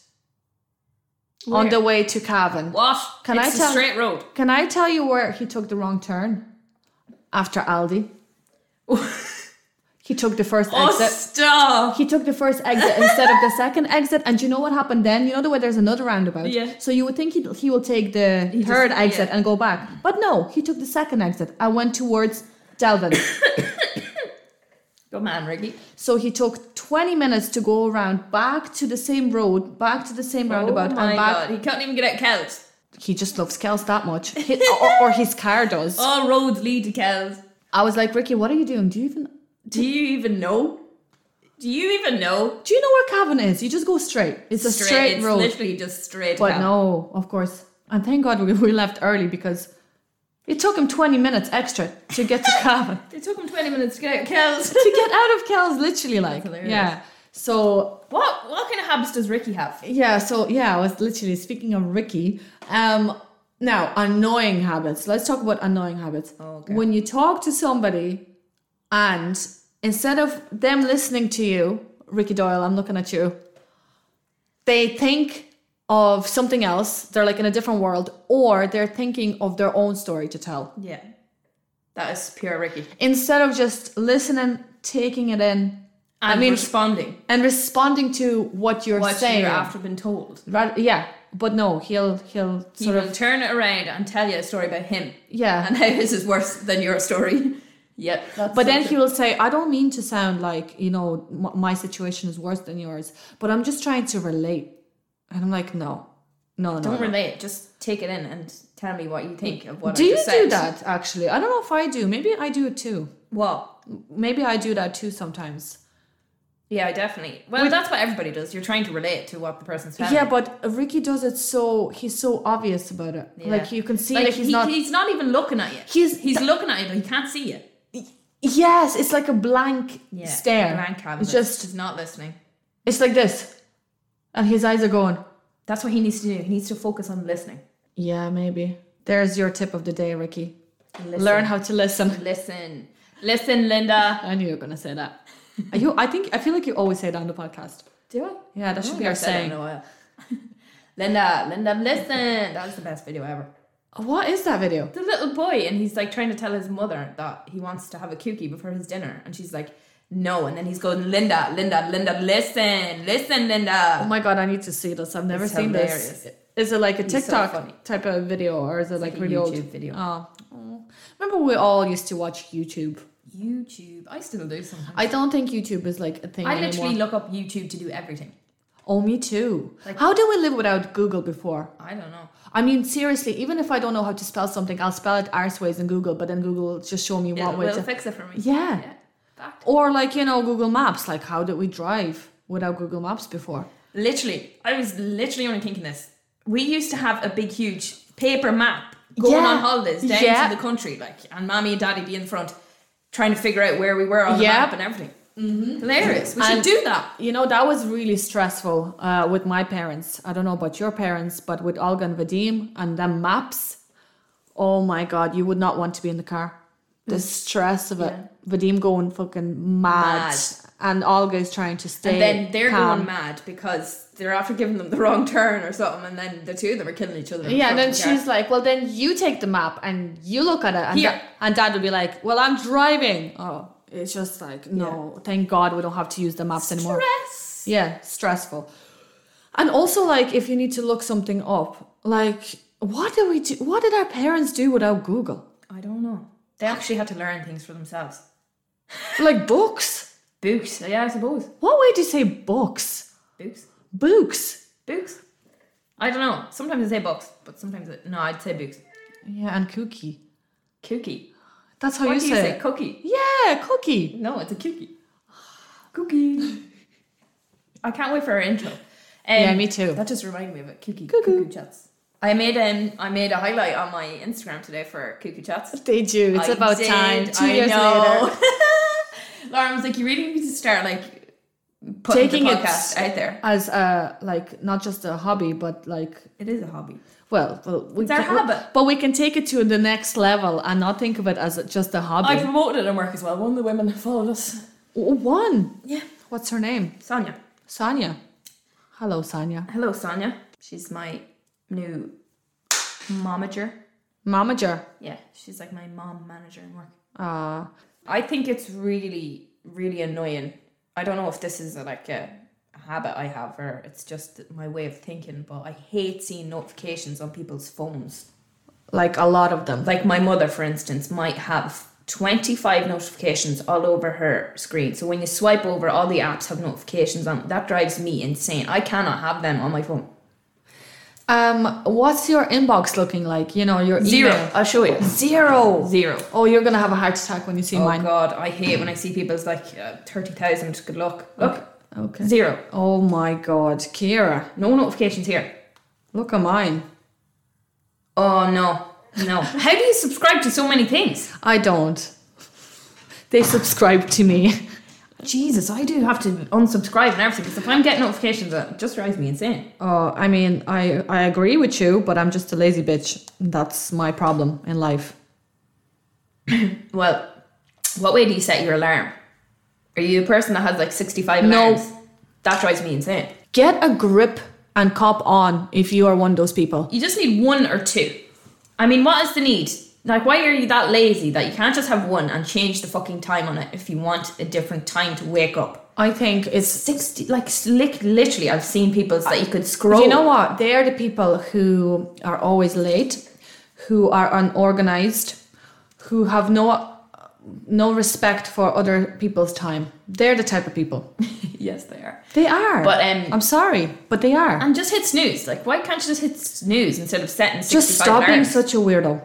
[SPEAKER 1] on
[SPEAKER 2] Where?
[SPEAKER 1] the way to Cavan.
[SPEAKER 2] What?
[SPEAKER 1] Can I
[SPEAKER 2] It's a
[SPEAKER 1] tell-
[SPEAKER 2] straight road?
[SPEAKER 1] Can I tell you where he took the wrong turn? After Aldi. he took the first
[SPEAKER 2] Oh,
[SPEAKER 1] exit.
[SPEAKER 2] stop!
[SPEAKER 1] He took the first exit instead of the second exit, and you know what happened then? You know the way there's another roundabout.
[SPEAKER 2] Yeah.
[SPEAKER 1] So you would think he he will take the third
[SPEAKER 2] just-
[SPEAKER 1] exit
[SPEAKER 2] yeah.
[SPEAKER 1] and go back, but no, he took the second exit and went towards Delvin.
[SPEAKER 2] Good man, Ricky.
[SPEAKER 1] so he took 20 minutes to go around back to the same road, back to the same roundabout,
[SPEAKER 2] oh my
[SPEAKER 1] and back.
[SPEAKER 2] god, he can't even get out Kells.
[SPEAKER 1] He just loves Kells that much, He- or, or his car does.
[SPEAKER 2] All roads lead to Kells.
[SPEAKER 1] I was like, Ricky, what are you doing? Do you even?
[SPEAKER 2] Do you even know? Do you even know?
[SPEAKER 1] Do you know where Cavan is? You just go straight. It's a straight,
[SPEAKER 2] it's
[SPEAKER 1] road.
[SPEAKER 2] literally just straight.
[SPEAKER 1] But
[SPEAKER 2] down.
[SPEAKER 1] no, of course. And thank God we, we left early because it took him 20 minutes extra to get to Cavan.
[SPEAKER 2] It took him 20 minutes to get out of Kells.
[SPEAKER 1] to get out of Kells, literally, like.
[SPEAKER 2] hilarious.
[SPEAKER 1] Yeah. So
[SPEAKER 2] what, what kind of habits does Ricky have?
[SPEAKER 1] yeah so yeah i was literally speaking of ricky um now annoying habits let's talk about annoying habits
[SPEAKER 2] Oh, Okay.
[SPEAKER 1] when you talk to somebody and instead of them listening to you ricky doyle i'm looking at you they think of something else they're like in a different world or they're thinking of their own story to tell
[SPEAKER 2] Yeah. That is pure Ricky.
[SPEAKER 1] instead of just listening taking it in
[SPEAKER 2] And
[SPEAKER 1] mean-
[SPEAKER 2] responding.
[SPEAKER 1] and responding to what you're
[SPEAKER 2] What
[SPEAKER 1] saying
[SPEAKER 2] you're after been told.
[SPEAKER 1] Rather, yeah, but no, he'll he'll
[SPEAKER 2] He
[SPEAKER 1] sort
[SPEAKER 2] will
[SPEAKER 1] of
[SPEAKER 2] turn it around and tell you a story about him
[SPEAKER 1] yeah.
[SPEAKER 2] and how his is worse than your story. yep. That's
[SPEAKER 1] but
[SPEAKER 2] so
[SPEAKER 1] then
[SPEAKER 2] true.
[SPEAKER 1] he will say, "I don't mean to sound like you know m- my situation is worse than yours, but I'm just trying to relate." And I'm like, "No, no, no."
[SPEAKER 2] Don't
[SPEAKER 1] no.
[SPEAKER 2] relate. Just take it in and tell me what you think of what
[SPEAKER 1] do
[SPEAKER 2] I
[SPEAKER 1] you
[SPEAKER 2] just said.
[SPEAKER 1] do that actually? I don't know if I do. Maybe I do it too.
[SPEAKER 2] Well,
[SPEAKER 1] Maybe I do that too sometimes.
[SPEAKER 2] yeah, definitely. Well, that's what everybody does. You're trying to relate to what the person's telling.
[SPEAKER 1] Yeah, but Ricky does it so he's so obvious about it.
[SPEAKER 2] Yeah.
[SPEAKER 1] Like you can see,
[SPEAKER 2] like,
[SPEAKER 1] like, he's
[SPEAKER 2] he-
[SPEAKER 1] not.
[SPEAKER 2] he's not even looking at you.
[SPEAKER 1] He's-
[SPEAKER 2] he's looking at you, but he can't see you.
[SPEAKER 1] yes, it's like a blank stare.
[SPEAKER 2] Blank cabinet.
[SPEAKER 1] It's just
[SPEAKER 2] he's not listening.
[SPEAKER 1] it's like this, and his eyes are going.
[SPEAKER 2] That's what he needs to do. He needs to focus on listening.
[SPEAKER 1] Yeah, maybe. There's your tip of the day, Ricky.
[SPEAKER 2] Listen.
[SPEAKER 1] Learn how to listen.
[SPEAKER 2] Listen, listen, Linda.
[SPEAKER 1] I knew you were gonna say that. Are you? I think I feel like you always say that on the podcast.
[SPEAKER 2] Do I? Oh,
[SPEAKER 1] Yeah, that
[SPEAKER 2] I
[SPEAKER 1] should
[SPEAKER 2] don't
[SPEAKER 1] be
[SPEAKER 2] think
[SPEAKER 1] our
[SPEAKER 2] I've said it
[SPEAKER 1] saying.
[SPEAKER 2] in a while. Linda, Linda, listen. That was the best video ever.
[SPEAKER 1] What is that video?
[SPEAKER 2] The little boy, and he's like trying to tell his mother that he wants to have a cookie before his dinner, and she's like, "No." And then he's going, "Linda, Linda, Linda, listen, listen,
[SPEAKER 1] Oh
[SPEAKER 2] Linda."
[SPEAKER 1] my god, I need to see this. I've never
[SPEAKER 2] It's
[SPEAKER 1] seen
[SPEAKER 2] hilarious.
[SPEAKER 1] this. Is it like a
[SPEAKER 2] He's so
[SPEAKER 1] TikTok
[SPEAKER 2] funny.
[SPEAKER 1] type of video or is it like,
[SPEAKER 2] like a
[SPEAKER 1] really old?
[SPEAKER 2] YouTube video.
[SPEAKER 1] Oh. Oh. Remember we all used to watch YouTube.
[SPEAKER 2] YouTube. I still do something.
[SPEAKER 1] I don't think YouTube is like a thing
[SPEAKER 2] I
[SPEAKER 1] anymore.
[SPEAKER 2] literally look up YouTube to do everything.
[SPEAKER 1] oh, me too.
[SPEAKER 2] Like-
[SPEAKER 1] how did we live without Google before?
[SPEAKER 2] I don't know.
[SPEAKER 1] I mean, seriously, even if I don't know how to spell something, I'll spell it arseways in Google, but then Google will just show me
[SPEAKER 2] It
[SPEAKER 1] what way
[SPEAKER 2] will
[SPEAKER 1] to.
[SPEAKER 2] fix it for me.
[SPEAKER 1] Yeah.
[SPEAKER 2] Fact.
[SPEAKER 1] Or like, you know, Google Maps, like how did we drive without Google Maps before?
[SPEAKER 2] Literally, I was literally only thinking this. We used to have a big, huge paper map going
[SPEAKER 1] Yeah.
[SPEAKER 2] on holidays down
[SPEAKER 1] Yeah.
[SPEAKER 2] to the country, like, and mommy and daddy be in front trying to figure out where we were on the
[SPEAKER 1] Yeah.
[SPEAKER 2] map and everything. Mm-hmm. Hilarious. We
[SPEAKER 1] And-
[SPEAKER 2] should do that.
[SPEAKER 1] You know, that was really stressful uh, with my parents. I don't know about your parents, but with Olga and Vadim and them maps, oh my God, you would not want to be in the car. The stress of it. Vadim going fucking mad.
[SPEAKER 2] Mad.
[SPEAKER 1] And Olga is trying to stay.
[SPEAKER 2] And then they're
[SPEAKER 1] calm.
[SPEAKER 2] going mad because they're after giving them the wrong turn or something, and then the two of them are killing each other. in
[SPEAKER 1] Yeah, and
[SPEAKER 2] front
[SPEAKER 1] then
[SPEAKER 2] of the car.
[SPEAKER 1] she's like, "Well, then you take the map and you look at it." And,
[SPEAKER 2] Here.
[SPEAKER 1] da- and Dad would be like, "Well, I'm driving." Oh, it's just like, no, thank God we don't have to use the maps anymore.
[SPEAKER 2] Stress.
[SPEAKER 1] Yeah, stressful. And also, like, if you need to look something up, like, what did we do? What did our parents do without Google?
[SPEAKER 2] I don't know. They actually had to learn things for themselves.
[SPEAKER 1] Like books.
[SPEAKER 2] Books. Yeah, I suppose.
[SPEAKER 1] What way do you say books?
[SPEAKER 2] Books.
[SPEAKER 1] Books.
[SPEAKER 2] Books. I don't know. Sometimes I say books, but sometimes I, no, I'd say books.
[SPEAKER 1] Yeah, and cookie.
[SPEAKER 2] Cookie.
[SPEAKER 1] That's how
[SPEAKER 2] What
[SPEAKER 1] Oh, you,
[SPEAKER 2] do
[SPEAKER 1] say.
[SPEAKER 2] you say?
[SPEAKER 1] it.
[SPEAKER 2] Cookie.
[SPEAKER 1] Yeah, cookie.
[SPEAKER 2] No, it's a cookie. Cookie. I can't wait for our intro. Um, yeah,
[SPEAKER 1] me too.
[SPEAKER 2] That just reminded me of it. Cookie.
[SPEAKER 1] Cuckoo.
[SPEAKER 2] Cuckoo chats. I made um I made a highlight on my Instagram today for Cuckoo chats.
[SPEAKER 1] They do. It's
[SPEAKER 2] I
[SPEAKER 1] about
[SPEAKER 2] did,
[SPEAKER 1] time. Two
[SPEAKER 2] I
[SPEAKER 1] years
[SPEAKER 2] know.
[SPEAKER 1] later.
[SPEAKER 2] Lauren was like, "You really need to start like putting
[SPEAKER 1] Taking
[SPEAKER 2] the
[SPEAKER 1] it
[SPEAKER 2] podcast out there.
[SPEAKER 1] as a like not just a hobby but like
[SPEAKER 2] It is a hobby.
[SPEAKER 1] well, well we
[SPEAKER 2] It's our
[SPEAKER 1] can-
[SPEAKER 2] habit.
[SPEAKER 1] but we can take it to the next level and not think of it as a- just a
[SPEAKER 2] I
[SPEAKER 1] hobby
[SPEAKER 2] promoted it on work as well. One of the women followed us.
[SPEAKER 1] Oh, one
[SPEAKER 2] Yeah,
[SPEAKER 1] what's her name
[SPEAKER 2] Sonia.
[SPEAKER 1] Sonia hello Sonia
[SPEAKER 2] Hello, Sonia. She's my new momager.
[SPEAKER 1] momager
[SPEAKER 2] Yeah, she's like my mom manager in work.
[SPEAKER 1] uh
[SPEAKER 2] I think it's really, really annoying. I don't know if this is like a habit I have or it's just my way of thinking, but I hate seeing notifications on people's phones.
[SPEAKER 1] like a lot of them
[SPEAKER 2] Like my mother, for instance, might have 25 notifications all over her screen. So when you swipe over, all the apps have notifications on. That drives me insane. I cannot have them on my phone.
[SPEAKER 1] Um, what's your inbox looking like? You know, your
[SPEAKER 2] Zero.
[SPEAKER 1] email.
[SPEAKER 2] I'll show you.
[SPEAKER 1] Zero.
[SPEAKER 2] Zero.
[SPEAKER 1] Oh, you're gonna have a heart attack when you see
[SPEAKER 2] Oh
[SPEAKER 1] mine.
[SPEAKER 2] God, I hate when I see people's like uh, thirty thousand. Good luck. Look,
[SPEAKER 1] Okay.
[SPEAKER 2] zero.
[SPEAKER 1] Oh my God, Kira,
[SPEAKER 2] No notifications here.
[SPEAKER 1] look at mine.
[SPEAKER 2] Oh no, no. How do you subscribe to so many things?
[SPEAKER 1] I don't. They subscribe to me.
[SPEAKER 2] Jesus, I do have to unsubscribe and everything because if I'm getting notifications, it just drives me insane.
[SPEAKER 1] Oh, I mean, I I agree with you, but I'm just a lazy bitch. That's my problem in life.
[SPEAKER 2] Well, what way do you set your alarm? Are you a person that has like sixty-five
[SPEAKER 1] No.
[SPEAKER 2] alarms? That drives me insane.
[SPEAKER 1] Get a grip and cop on if you are one of those people.
[SPEAKER 2] You just need one or two. I mean, what is the need? Like, why are you that lazy that you can't just have one and change the fucking time on it if you want a different time to wake up?
[SPEAKER 1] I think it's
[SPEAKER 2] 60, like, slick, literally, I've seen people's that you could scroll.
[SPEAKER 1] You know what? They are the people who are always late, who are unorganized, who have no no respect for other people's time. They're the type of people.
[SPEAKER 2] yes, they are.
[SPEAKER 1] They are.
[SPEAKER 2] But, um,
[SPEAKER 1] I'm sorry, but they are.
[SPEAKER 2] And just hit snooze. Like, why can't you just hit snooze instead of setting 65
[SPEAKER 1] Just stop being
[SPEAKER 2] alarms?
[SPEAKER 1] such a weirdo.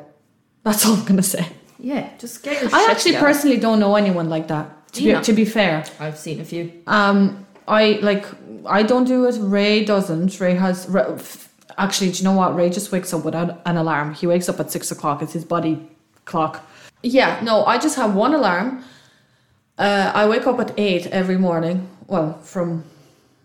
[SPEAKER 1] That's all I'm gonna say.
[SPEAKER 2] Yeah, just get your
[SPEAKER 1] I
[SPEAKER 2] shit
[SPEAKER 1] actually
[SPEAKER 2] together.
[SPEAKER 1] personally don't know anyone like that. To
[SPEAKER 2] Do you
[SPEAKER 1] be,
[SPEAKER 2] not?
[SPEAKER 1] to be fair,
[SPEAKER 2] I've seen a few.
[SPEAKER 1] um, I like I don't do it. Ray doesn't. Ray has Ra- f- actually. Do you know what? Ray just wakes up without an alarm. He wakes up at six o'clock. It's his body clock. Yeah. No, I just have one alarm. Uh, I wake up at eight every morning. Well, from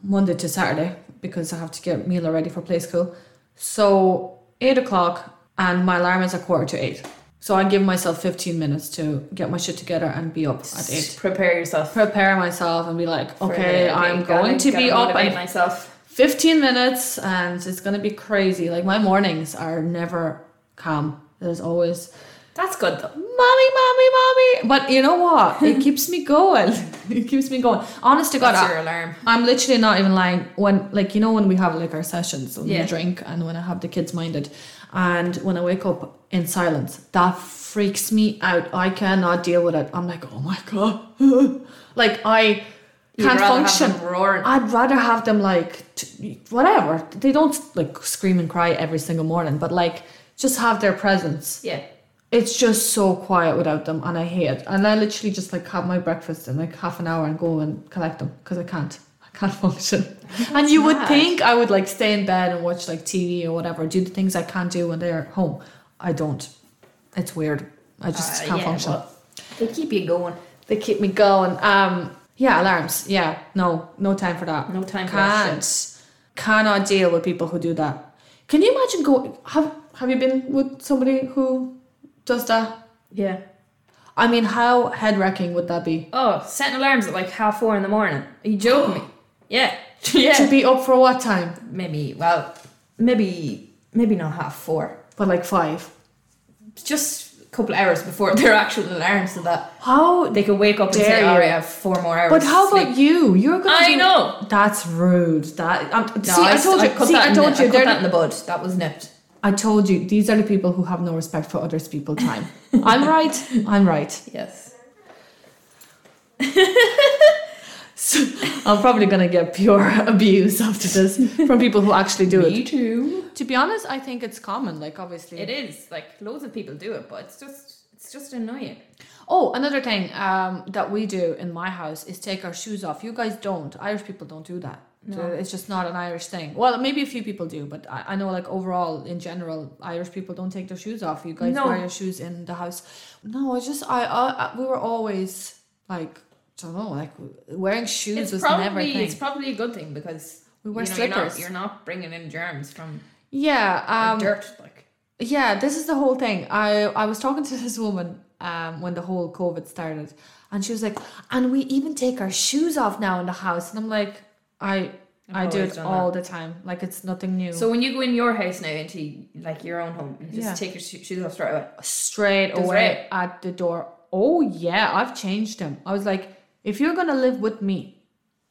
[SPEAKER 1] Monday to Saturday because I have to get Mila ready for play school. So eight o'clock, and my alarm is a quarter to eight. So I give myself fifteen minutes to get my shit together and be up at eight
[SPEAKER 2] Prepare yourself.
[SPEAKER 1] prepare myself and be like,
[SPEAKER 2] for
[SPEAKER 1] okay,
[SPEAKER 2] the-
[SPEAKER 1] I'm
[SPEAKER 2] gotta-
[SPEAKER 1] going to
[SPEAKER 2] gotta
[SPEAKER 1] be up
[SPEAKER 2] motivate
[SPEAKER 1] in
[SPEAKER 2] myself.
[SPEAKER 1] 15 minutes and it's going to be crazy. Like, my mornings are never calm. There's always,
[SPEAKER 2] That's good, though.
[SPEAKER 1] mommy, mommy, mommy. But you know what? It keeps me going. It keeps me going. Honest to God,
[SPEAKER 2] That's
[SPEAKER 1] I-
[SPEAKER 2] your alarm.
[SPEAKER 1] I'm literally not even lying. When like you know when we have like our sessions when
[SPEAKER 2] Yeah.
[SPEAKER 1] we drink and when I have the kids minded, and when I wake up in silence, that freaks me out. I cannot deal with it. I'm like, oh my god, like I
[SPEAKER 2] You'd
[SPEAKER 1] can't
[SPEAKER 2] rather have
[SPEAKER 1] function.
[SPEAKER 2] them roaring.
[SPEAKER 1] I'd rather have them like t- whatever. They don't like scream and cry every single morning, but like just have their presence.
[SPEAKER 2] Yeah.
[SPEAKER 1] It's just so quiet without them, and I hate it. And I literally just like have my breakfast in like half an hour and go and collect them because I can't. I can't function. and you would
[SPEAKER 2] mad.
[SPEAKER 1] think I would like stay in bed and watch like TV or whatever, do the things I can't do when they're home. I don't. It's weird. I just
[SPEAKER 2] Uh,
[SPEAKER 1] can't
[SPEAKER 2] yeah,
[SPEAKER 1] function.
[SPEAKER 2] well, they keep you going.
[SPEAKER 1] They keep me going. Um, yeah, alarms. Yeah, no, no time for that.
[SPEAKER 2] No time for that
[SPEAKER 1] Can't, cannot deal with people who do that. Can you imagine go? Have Have you been with somebody who does that?
[SPEAKER 2] Yeah.
[SPEAKER 1] I mean, how head wrecking would that be?
[SPEAKER 2] Oh, setting alarms at like half four in the morning. Are you joking me? Yeah. yeah.
[SPEAKER 1] To be up for what time?
[SPEAKER 2] Maybe. Well, maybe. Maybe not half four.
[SPEAKER 1] But like five.
[SPEAKER 2] It's Just a couple hours before their actual alarm, so that
[SPEAKER 1] How?
[SPEAKER 2] they can wake up and
[SPEAKER 1] Dare
[SPEAKER 2] say,
[SPEAKER 1] you.
[SPEAKER 2] "All right, I have four more hours."
[SPEAKER 1] But how
[SPEAKER 2] to sleep."
[SPEAKER 1] about you? You're gonna.
[SPEAKER 2] I
[SPEAKER 1] do-
[SPEAKER 2] know.
[SPEAKER 1] That's rude. That um,
[SPEAKER 2] No,
[SPEAKER 1] see, I,
[SPEAKER 2] s-
[SPEAKER 1] told you.
[SPEAKER 2] cut
[SPEAKER 1] see,
[SPEAKER 2] that
[SPEAKER 1] I
[SPEAKER 2] in
[SPEAKER 1] told
[SPEAKER 2] the,
[SPEAKER 1] you.
[SPEAKER 2] I
[SPEAKER 1] they're
[SPEAKER 2] cut that in the bud. That was nipped.
[SPEAKER 1] I told you. These are the people who have no respect for others' people time. I'm right. I'm right.
[SPEAKER 2] Yes.
[SPEAKER 1] So I'm probably gonna get pure abuse after this from people who actually do it.
[SPEAKER 2] too.
[SPEAKER 1] To be honest, I think it's common. Like obviously,
[SPEAKER 2] It is like loads of people do it, but it's just it's just annoying.
[SPEAKER 1] Oh, another thing um, that we do in my house is take our shoes off. You guys don't. Irish people don't do that.
[SPEAKER 2] No.
[SPEAKER 1] It's just not an Irish thing. Well, maybe a few people do, but I, I know, like overall in general, Irish people don't take their shoes off. You guys
[SPEAKER 2] No.
[SPEAKER 1] wear your shoes in the house. No, it's just I, I, I we were always like, I don't know, like wearing shoes
[SPEAKER 2] It's
[SPEAKER 1] was never a
[SPEAKER 2] probably
[SPEAKER 1] thing.
[SPEAKER 2] it's probably a good thing because
[SPEAKER 1] We wear
[SPEAKER 2] you know, you're not-
[SPEAKER 1] slippers.
[SPEAKER 2] You're not, bringing in germs from
[SPEAKER 1] yeah,
[SPEAKER 2] the
[SPEAKER 1] um,
[SPEAKER 2] dirt, like
[SPEAKER 1] Yeah, this is the whole thing. I I was talking to this woman um when the whole COVID started, and she was like, "And we even take our shoes off now in the house." And I'm like, "I i
[SPEAKER 2] I've
[SPEAKER 1] do
[SPEAKER 2] always
[SPEAKER 1] it
[SPEAKER 2] done
[SPEAKER 1] all the time. Like it's nothing new."
[SPEAKER 2] that. So when you go in your house now into like your own home, you just
[SPEAKER 1] Yeah.
[SPEAKER 2] take your sho- shoes off straight away.
[SPEAKER 1] straight
[SPEAKER 2] That's
[SPEAKER 1] away at the door. Oh yeah, I've changed them. I was like, "If you're gonna live with me,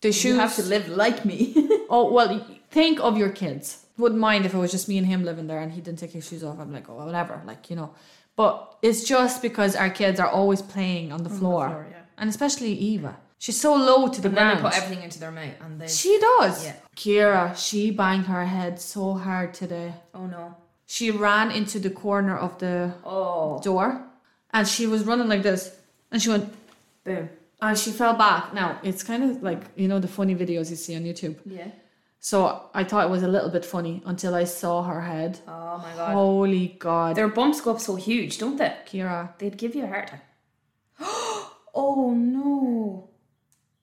[SPEAKER 1] the shoes."
[SPEAKER 2] You have to live like me.
[SPEAKER 1] oh well, think of your kids. Wouldn't mind if it was just me and him living there, and he didn't take his shoes off. I'm like, oh whatever, like you know. But it's just because our kids are always playing on the floor.
[SPEAKER 2] yeah.
[SPEAKER 1] and especially Eva. She's so low to the
[SPEAKER 2] and then
[SPEAKER 1] ground.
[SPEAKER 2] they put everything into their mouth and they.
[SPEAKER 1] she does.
[SPEAKER 2] Yeah.
[SPEAKER 1] Kira, she banged her head so hard today.
[SPEAKER 2] oh no.
[SPEAKER 1] She ran into the corner of the
[SPEAKER 2] Oh.
[SPEAKER 1] door and she was running like this. And she went,
[SPEAKER 2] Boom.
[SPEAKER 1] and she fell back. Now, it's kind of like, you know, the funny videos you see on YouTube.
[SPEAKER 2] Yeah.
[SPEAKER 1] So I thought it was a little bit funny until I saw her head.
[SPEAKER 2] Oh my god.
[SPEAKER 1] Holy God.
[SPEAKER 2] Their bumps go up so huge, don't they?
[SPEAKER 1] Kira.
[SPEAKER 2] They'd give you a heart attack. oh no.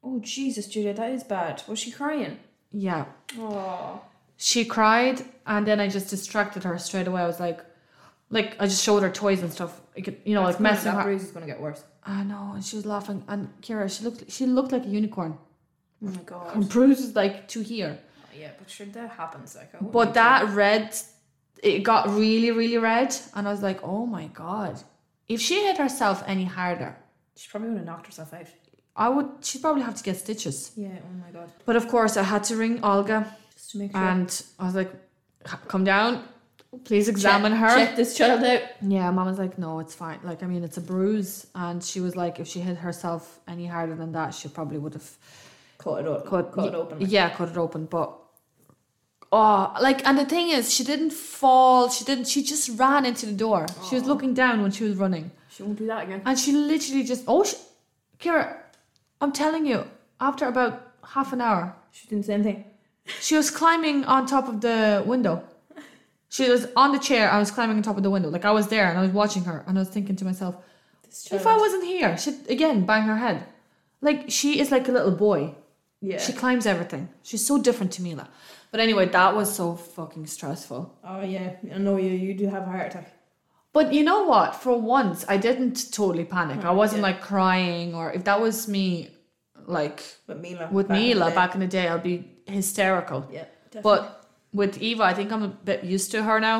[SPEAKER 2] Oh Jesus, Julia, that is bad. Was she crying?
[SPEAKER 1] Yeah.
[SPEAKER 2] Oh.
[SPEAKER 1] She cried and then I just distracted her straight away. I was like, like I just showed her toys and stuff. You, could, you know, like messing
[SPEAKER 2] That
[SPEAKER 1] her.
[SPEAKER 2] bruise is gonna get worse.
[SPEAKER 1] I know, and she was laughing. And Kira, she looked, she looked like a unicorn.
[SPEAKER 2] Oh my god. Oh,
[SPEAKER 1] Her bruise is like to here.
[SPEAKER 2] yeah, but sure that happens. Like, I
[SPEAKER 1] But that red, it got really, really red, and I was like, oh my god. If she hit herself any harder,
[SPEAKER 2] she probably would have knocked herself out.
[SPEAKER 1] I would. She'd probably have to get stitches.
[SPEAKER 2] Yeah. Oh my god.
[SPEAKER 1] But of course, I had to ring Olga,
[SPEAKER 2] Just to make sure.
[SPEAKER 1] and I was like, come down, please examine
[SPEAKER 2] check,
[SPEAKER 1] her.
[SPEAKER 2] Check this child out.
[SPEAKER 1] Yeah, mom was like, no, it's fine. Like, I mean, it's a bruise. And she was like, if she hit herself any harder than that, she probably would have
[SPEAKER 2] Cut it open.
[SPEAKER 1] cut,
[SPEAKER 2] Cut,
[SPEAKER 1] y-
[SPEAKER 2] it open.
[SPEAKER 1] Yeah, cut it open. But, oh, like, and the thing is, she didn't fall. She didn't, she just ran into the door. She
[SPEAKER 2] Oh.
[SPEAKER 1] was looking down when she was running.
[SPEAKER 2] She won't do that again.
[SPEAKER 1] And she literally just, oh, she, Kira, I'm telling you, after about half an hour,
[SPEAKER 2] She did the same thing.
[SPEAKER 1] she was climbing on top of the window. She was on the chair. I was climbing on top of the window. Like, I was there and I was watching her and I was thinking to myself,
[SPEAKER 2] This
[SPEAKER 1] if I wasn't here, she'd again bang her head. Like she is like a little boy.
[SPEAKER 2] yeah.
[SPEAKER 1] She climbs everything. She's so different to Mila. But anyway, that was so fucking stressful.
[SPEAKER 2] oh yeah. I know you. You do have a heart attack.
[SPEAKER 1] But you know what? For once, I didn't totally panic. I wasn't
[SPEAKER 2] Hmm, yeah.
[SPEAKER 1] like crying or if that was me, like
[SPEAKER 2] With Mila.
[SPEAKER 1] with
[SPEAKER 2] back in the
[SPEAKER 1] Mila
[SPEAKER 2] day.
[SPEAKER 1] back in the day, I'd be hysterical.
[SPEAKER 2] Yeah. Definitely.
[SPEAKER 1] But with Eva, I think I'm a bit used to her now.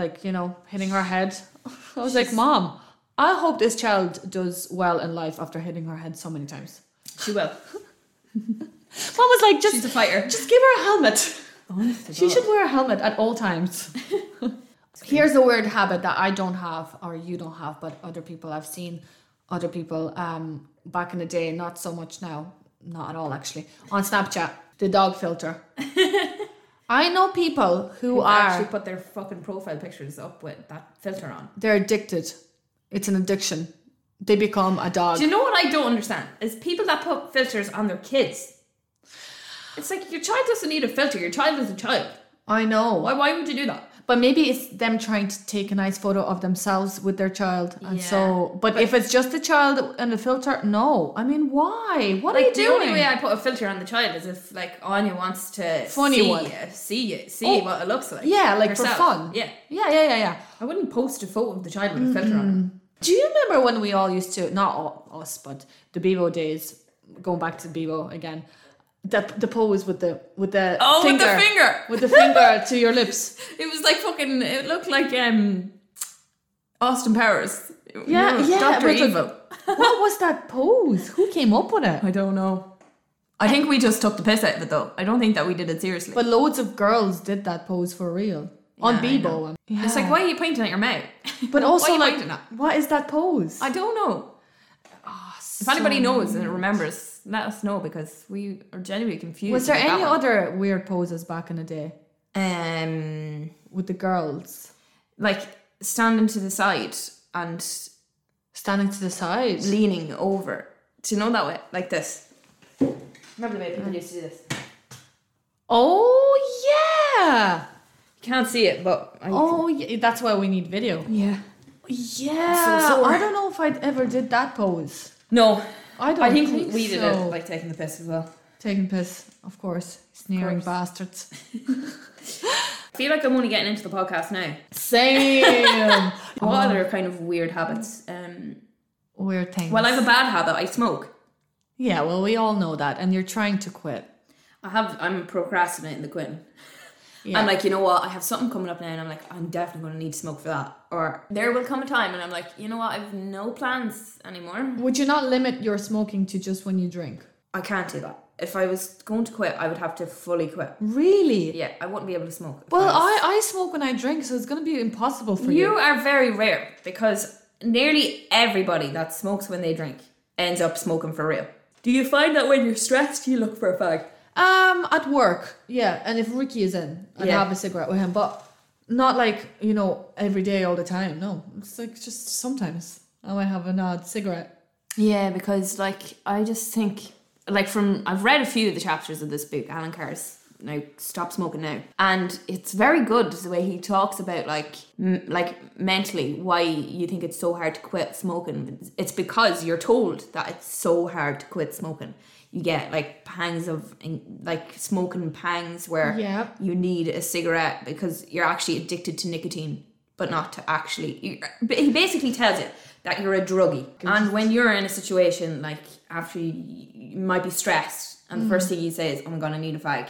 [SPEAKER 1] Like you know, hitting her head. I was like,
[SPEAKER 2] She's-
[SPEAKER 1] Mom, I hope this child does well in life after hitting her head so many times.
[SPEAKER 2] she will.
[SPEAKER 1] Mom was like, just
[SPEAKER 2] She's a fighter.
[SPEAKER 1] Just give her a helmet. She
[SPEAKER 2] Honestly.
[SPEAKER 1] should wear a helmet at all times. Here's a weird habit that I don't have, or you don't have, but other people I've seen, other people um, back in the day, not so much now, not at all actually, on Snapchat, the dog filter. I know people who are,
[SPEAKER 2] actually put their fucking profile pictures up with that filter on.
[SPEAKER 1] they're addicted. It's an addiction. They become a dog.
[SPEAKER 2] Do you know what I don't understand? Is people that put filters on their kids. It's like your child doesn't need a filter. Your child is a child.
[SPEAKER 1] I know.
[SPEAKER 2] Why? Why would you do that?
[SPEAKER 1] But maybe it's them trying to take a nice photo of themselves with their child, and so.
[SPEAKER 2] Yeah.
[SPEAKER 1] But,
[SPEAKER 2] But-
[SPEAKER 1] if it's just the child and the filter, no. I mean, why? What are you
[SPEAKER 2] Like, the
[SPEAKER 1] doing?
[SPEAKER 2] only way I put a filter on the child is if like Anya wants to
[SPEAKER 1] Funny
[SPEAKER 2] see
[SPEAKER 1] one.
[SPEAKER 2] you, see you, see
[SPEAKER 1] Oh.
[SPEAKER 2] what it looks like.
[SPEAKER 1] yeah, like for
[SPEAKER 2] herself.
[SPEAKER 1] fun.
[SPEAKER 2] Yeah,
[SPEAKER 1] yeah, yeah, yeah, yeah.
[SPEAKER 2] I wouldn't post a photo of the child with a filter on.
[SPEAKER 1] Do you remember when we all used to not all, us, but the Bebo days? Going back to Bebo again, the the pose with the with the
[SPEAKER 2] Oh, with
[SPEAKER 1] finger,
[SPEAKER 2] the finger.
[SPEAKER 1] with the finger to your lips.
[SPEAKER 2] It. It was like fucking. It looked like um, Austin Powers. Mm,
[SPEAKER 1] Yeah, yeah,
[SPEAKER 2] Doctor
[SPEAKER 1] with the-
[SPEAKER 2] Evil.
[SPEAKER 1] what was that pose? Who came up with it?
[SPEAKER 2] I don't know. I think we just took the piss out of it though. I don't think that we did it seriously.
[SPEAKER 1] But loads of girls did that pose for real on
[SPEAKER 2] Yeah, I know.
[SPEAKER 1] Bebo. Yeah.
[SPEAKER 2] It's like, why are you pointing at your mouth?
[SPEAKER 1] But also,
[SPEAKER 2] are you
[SPEAKER 1] like,
[SPEAKER 2] pointing at?
[SPEAKER 1] what is that pose?
[SPEAKER 2] I don't know. If anybody knows and remembers, let us know because we are genuinely confused.
[SPEAKER 1] was there
[SPEAKER 2] about
[SPEAKER 1] any
[SPEAKER 2] that one.
[SPEAKER 1] other weird poses back in the day
[SPEAKER 2] um
[SPEAKER 1] with the girls
[SPEAKER 2] like standing to the side and
[SPEAKER 1] standing to the side?
[SPEAKER 2] leaning over? Do you know that way? Like this. Remember the way
[SPEAKER 1] Mm.
[SPEAKER 2] people used to do this? You
[SPEAKER 1] Oh yeah!
[SPEAKER 2] can't see it, but I
[SPEAKER 1] Oh yeah! That's why we need video.
[SPEAKER 2] yeah.
[SPEAKER 1] Yeah,
[SPEAKER 2] sore.
[SPEAKER 1] I don't know if I ever did that pose.
[SPEAKER 2] No,
[SPEAKER 1] I don't.
[SPEAKER 2] I think we, we did it
[SPEAKER 1] Oh, so.
[SPEAKER 2] like taking the piss as well.
[SPEAKER 1] taking piss, of course, sneering
[SPEAKER 2] course.
[SPEAKER 1] bastards.
[SPEAKER 2] I feel like I'm only getting into the podcast now.
[SPEAKER 1] Same
[SPEAKER 2] What other kind of weird habits? Um,
[SPEAKER 1] weird things.
[SPEAKER 2] well, I have a bad habit. I smoke.
[SPEAKER 1] yeah, well, we all know that, and you're trying to quit.
[SPEAKER 2] I have. I'm procrastinating the quitting.
[SPEAKER 1] Yeah.
[SPEAKER 2] I'm like, you know what? I have something coming up now, and I'm like, I'm definitely going to need to smoke for that. Or there will come a time, and I'm like, you know what? I've no plans anymore.
[SPEAKER 1] Would you not limit your smoking to just when you drink?
[SPEAKER 2] I can't do that. If I was going to quit, I would have to fully quit.
[SPEAKER 1] Really?
[SPEAKER 2] Yeah, I wouldn't be able to smoke. if
[SPEAKER 1] Well,
[SPEAKER 2] was-
[SPEAKER 1] I, I smoke when I drink, so it's gonna be impossible for
[SPEAKER 2] you
[SPEAKER 1] you.
[SPEAKER 2] are very rare because nearly everybody that smokes when they drink ends up smoking for real. Do you find that when you're stressed, you look for a fag?
[SPEAKER 1] Um, at work, yeah. And if Ricky is in, I'd
[SPEAKER 2] Yeah.
[SPEAKER 1] have a cigarette with him, but not like you know every day, all the time. No, it's like just sometimes I might have an odd cigarette.
[SPEAKER 2] Yeah, because like I just think like from I've read a few of the chapters of this book, Alan Carr's now stop smoking now, and it's very good the way he talks about like m- like mentally why you think it's so hard to quit smoking. It's because you're told that it's so hard to quit smoking. You get like pangs of like smoking pangs where
[SPEAKER 1] Yeah.
[SPEAKER 2] you need a cigarette because you're actually addicted to nicotine, but not to actually. you- but He basically tells it that you're a druggie. And when you're in a situation like after you, you might be stressed, and the first thing "Oh you say is, "I'm gonna need a fag."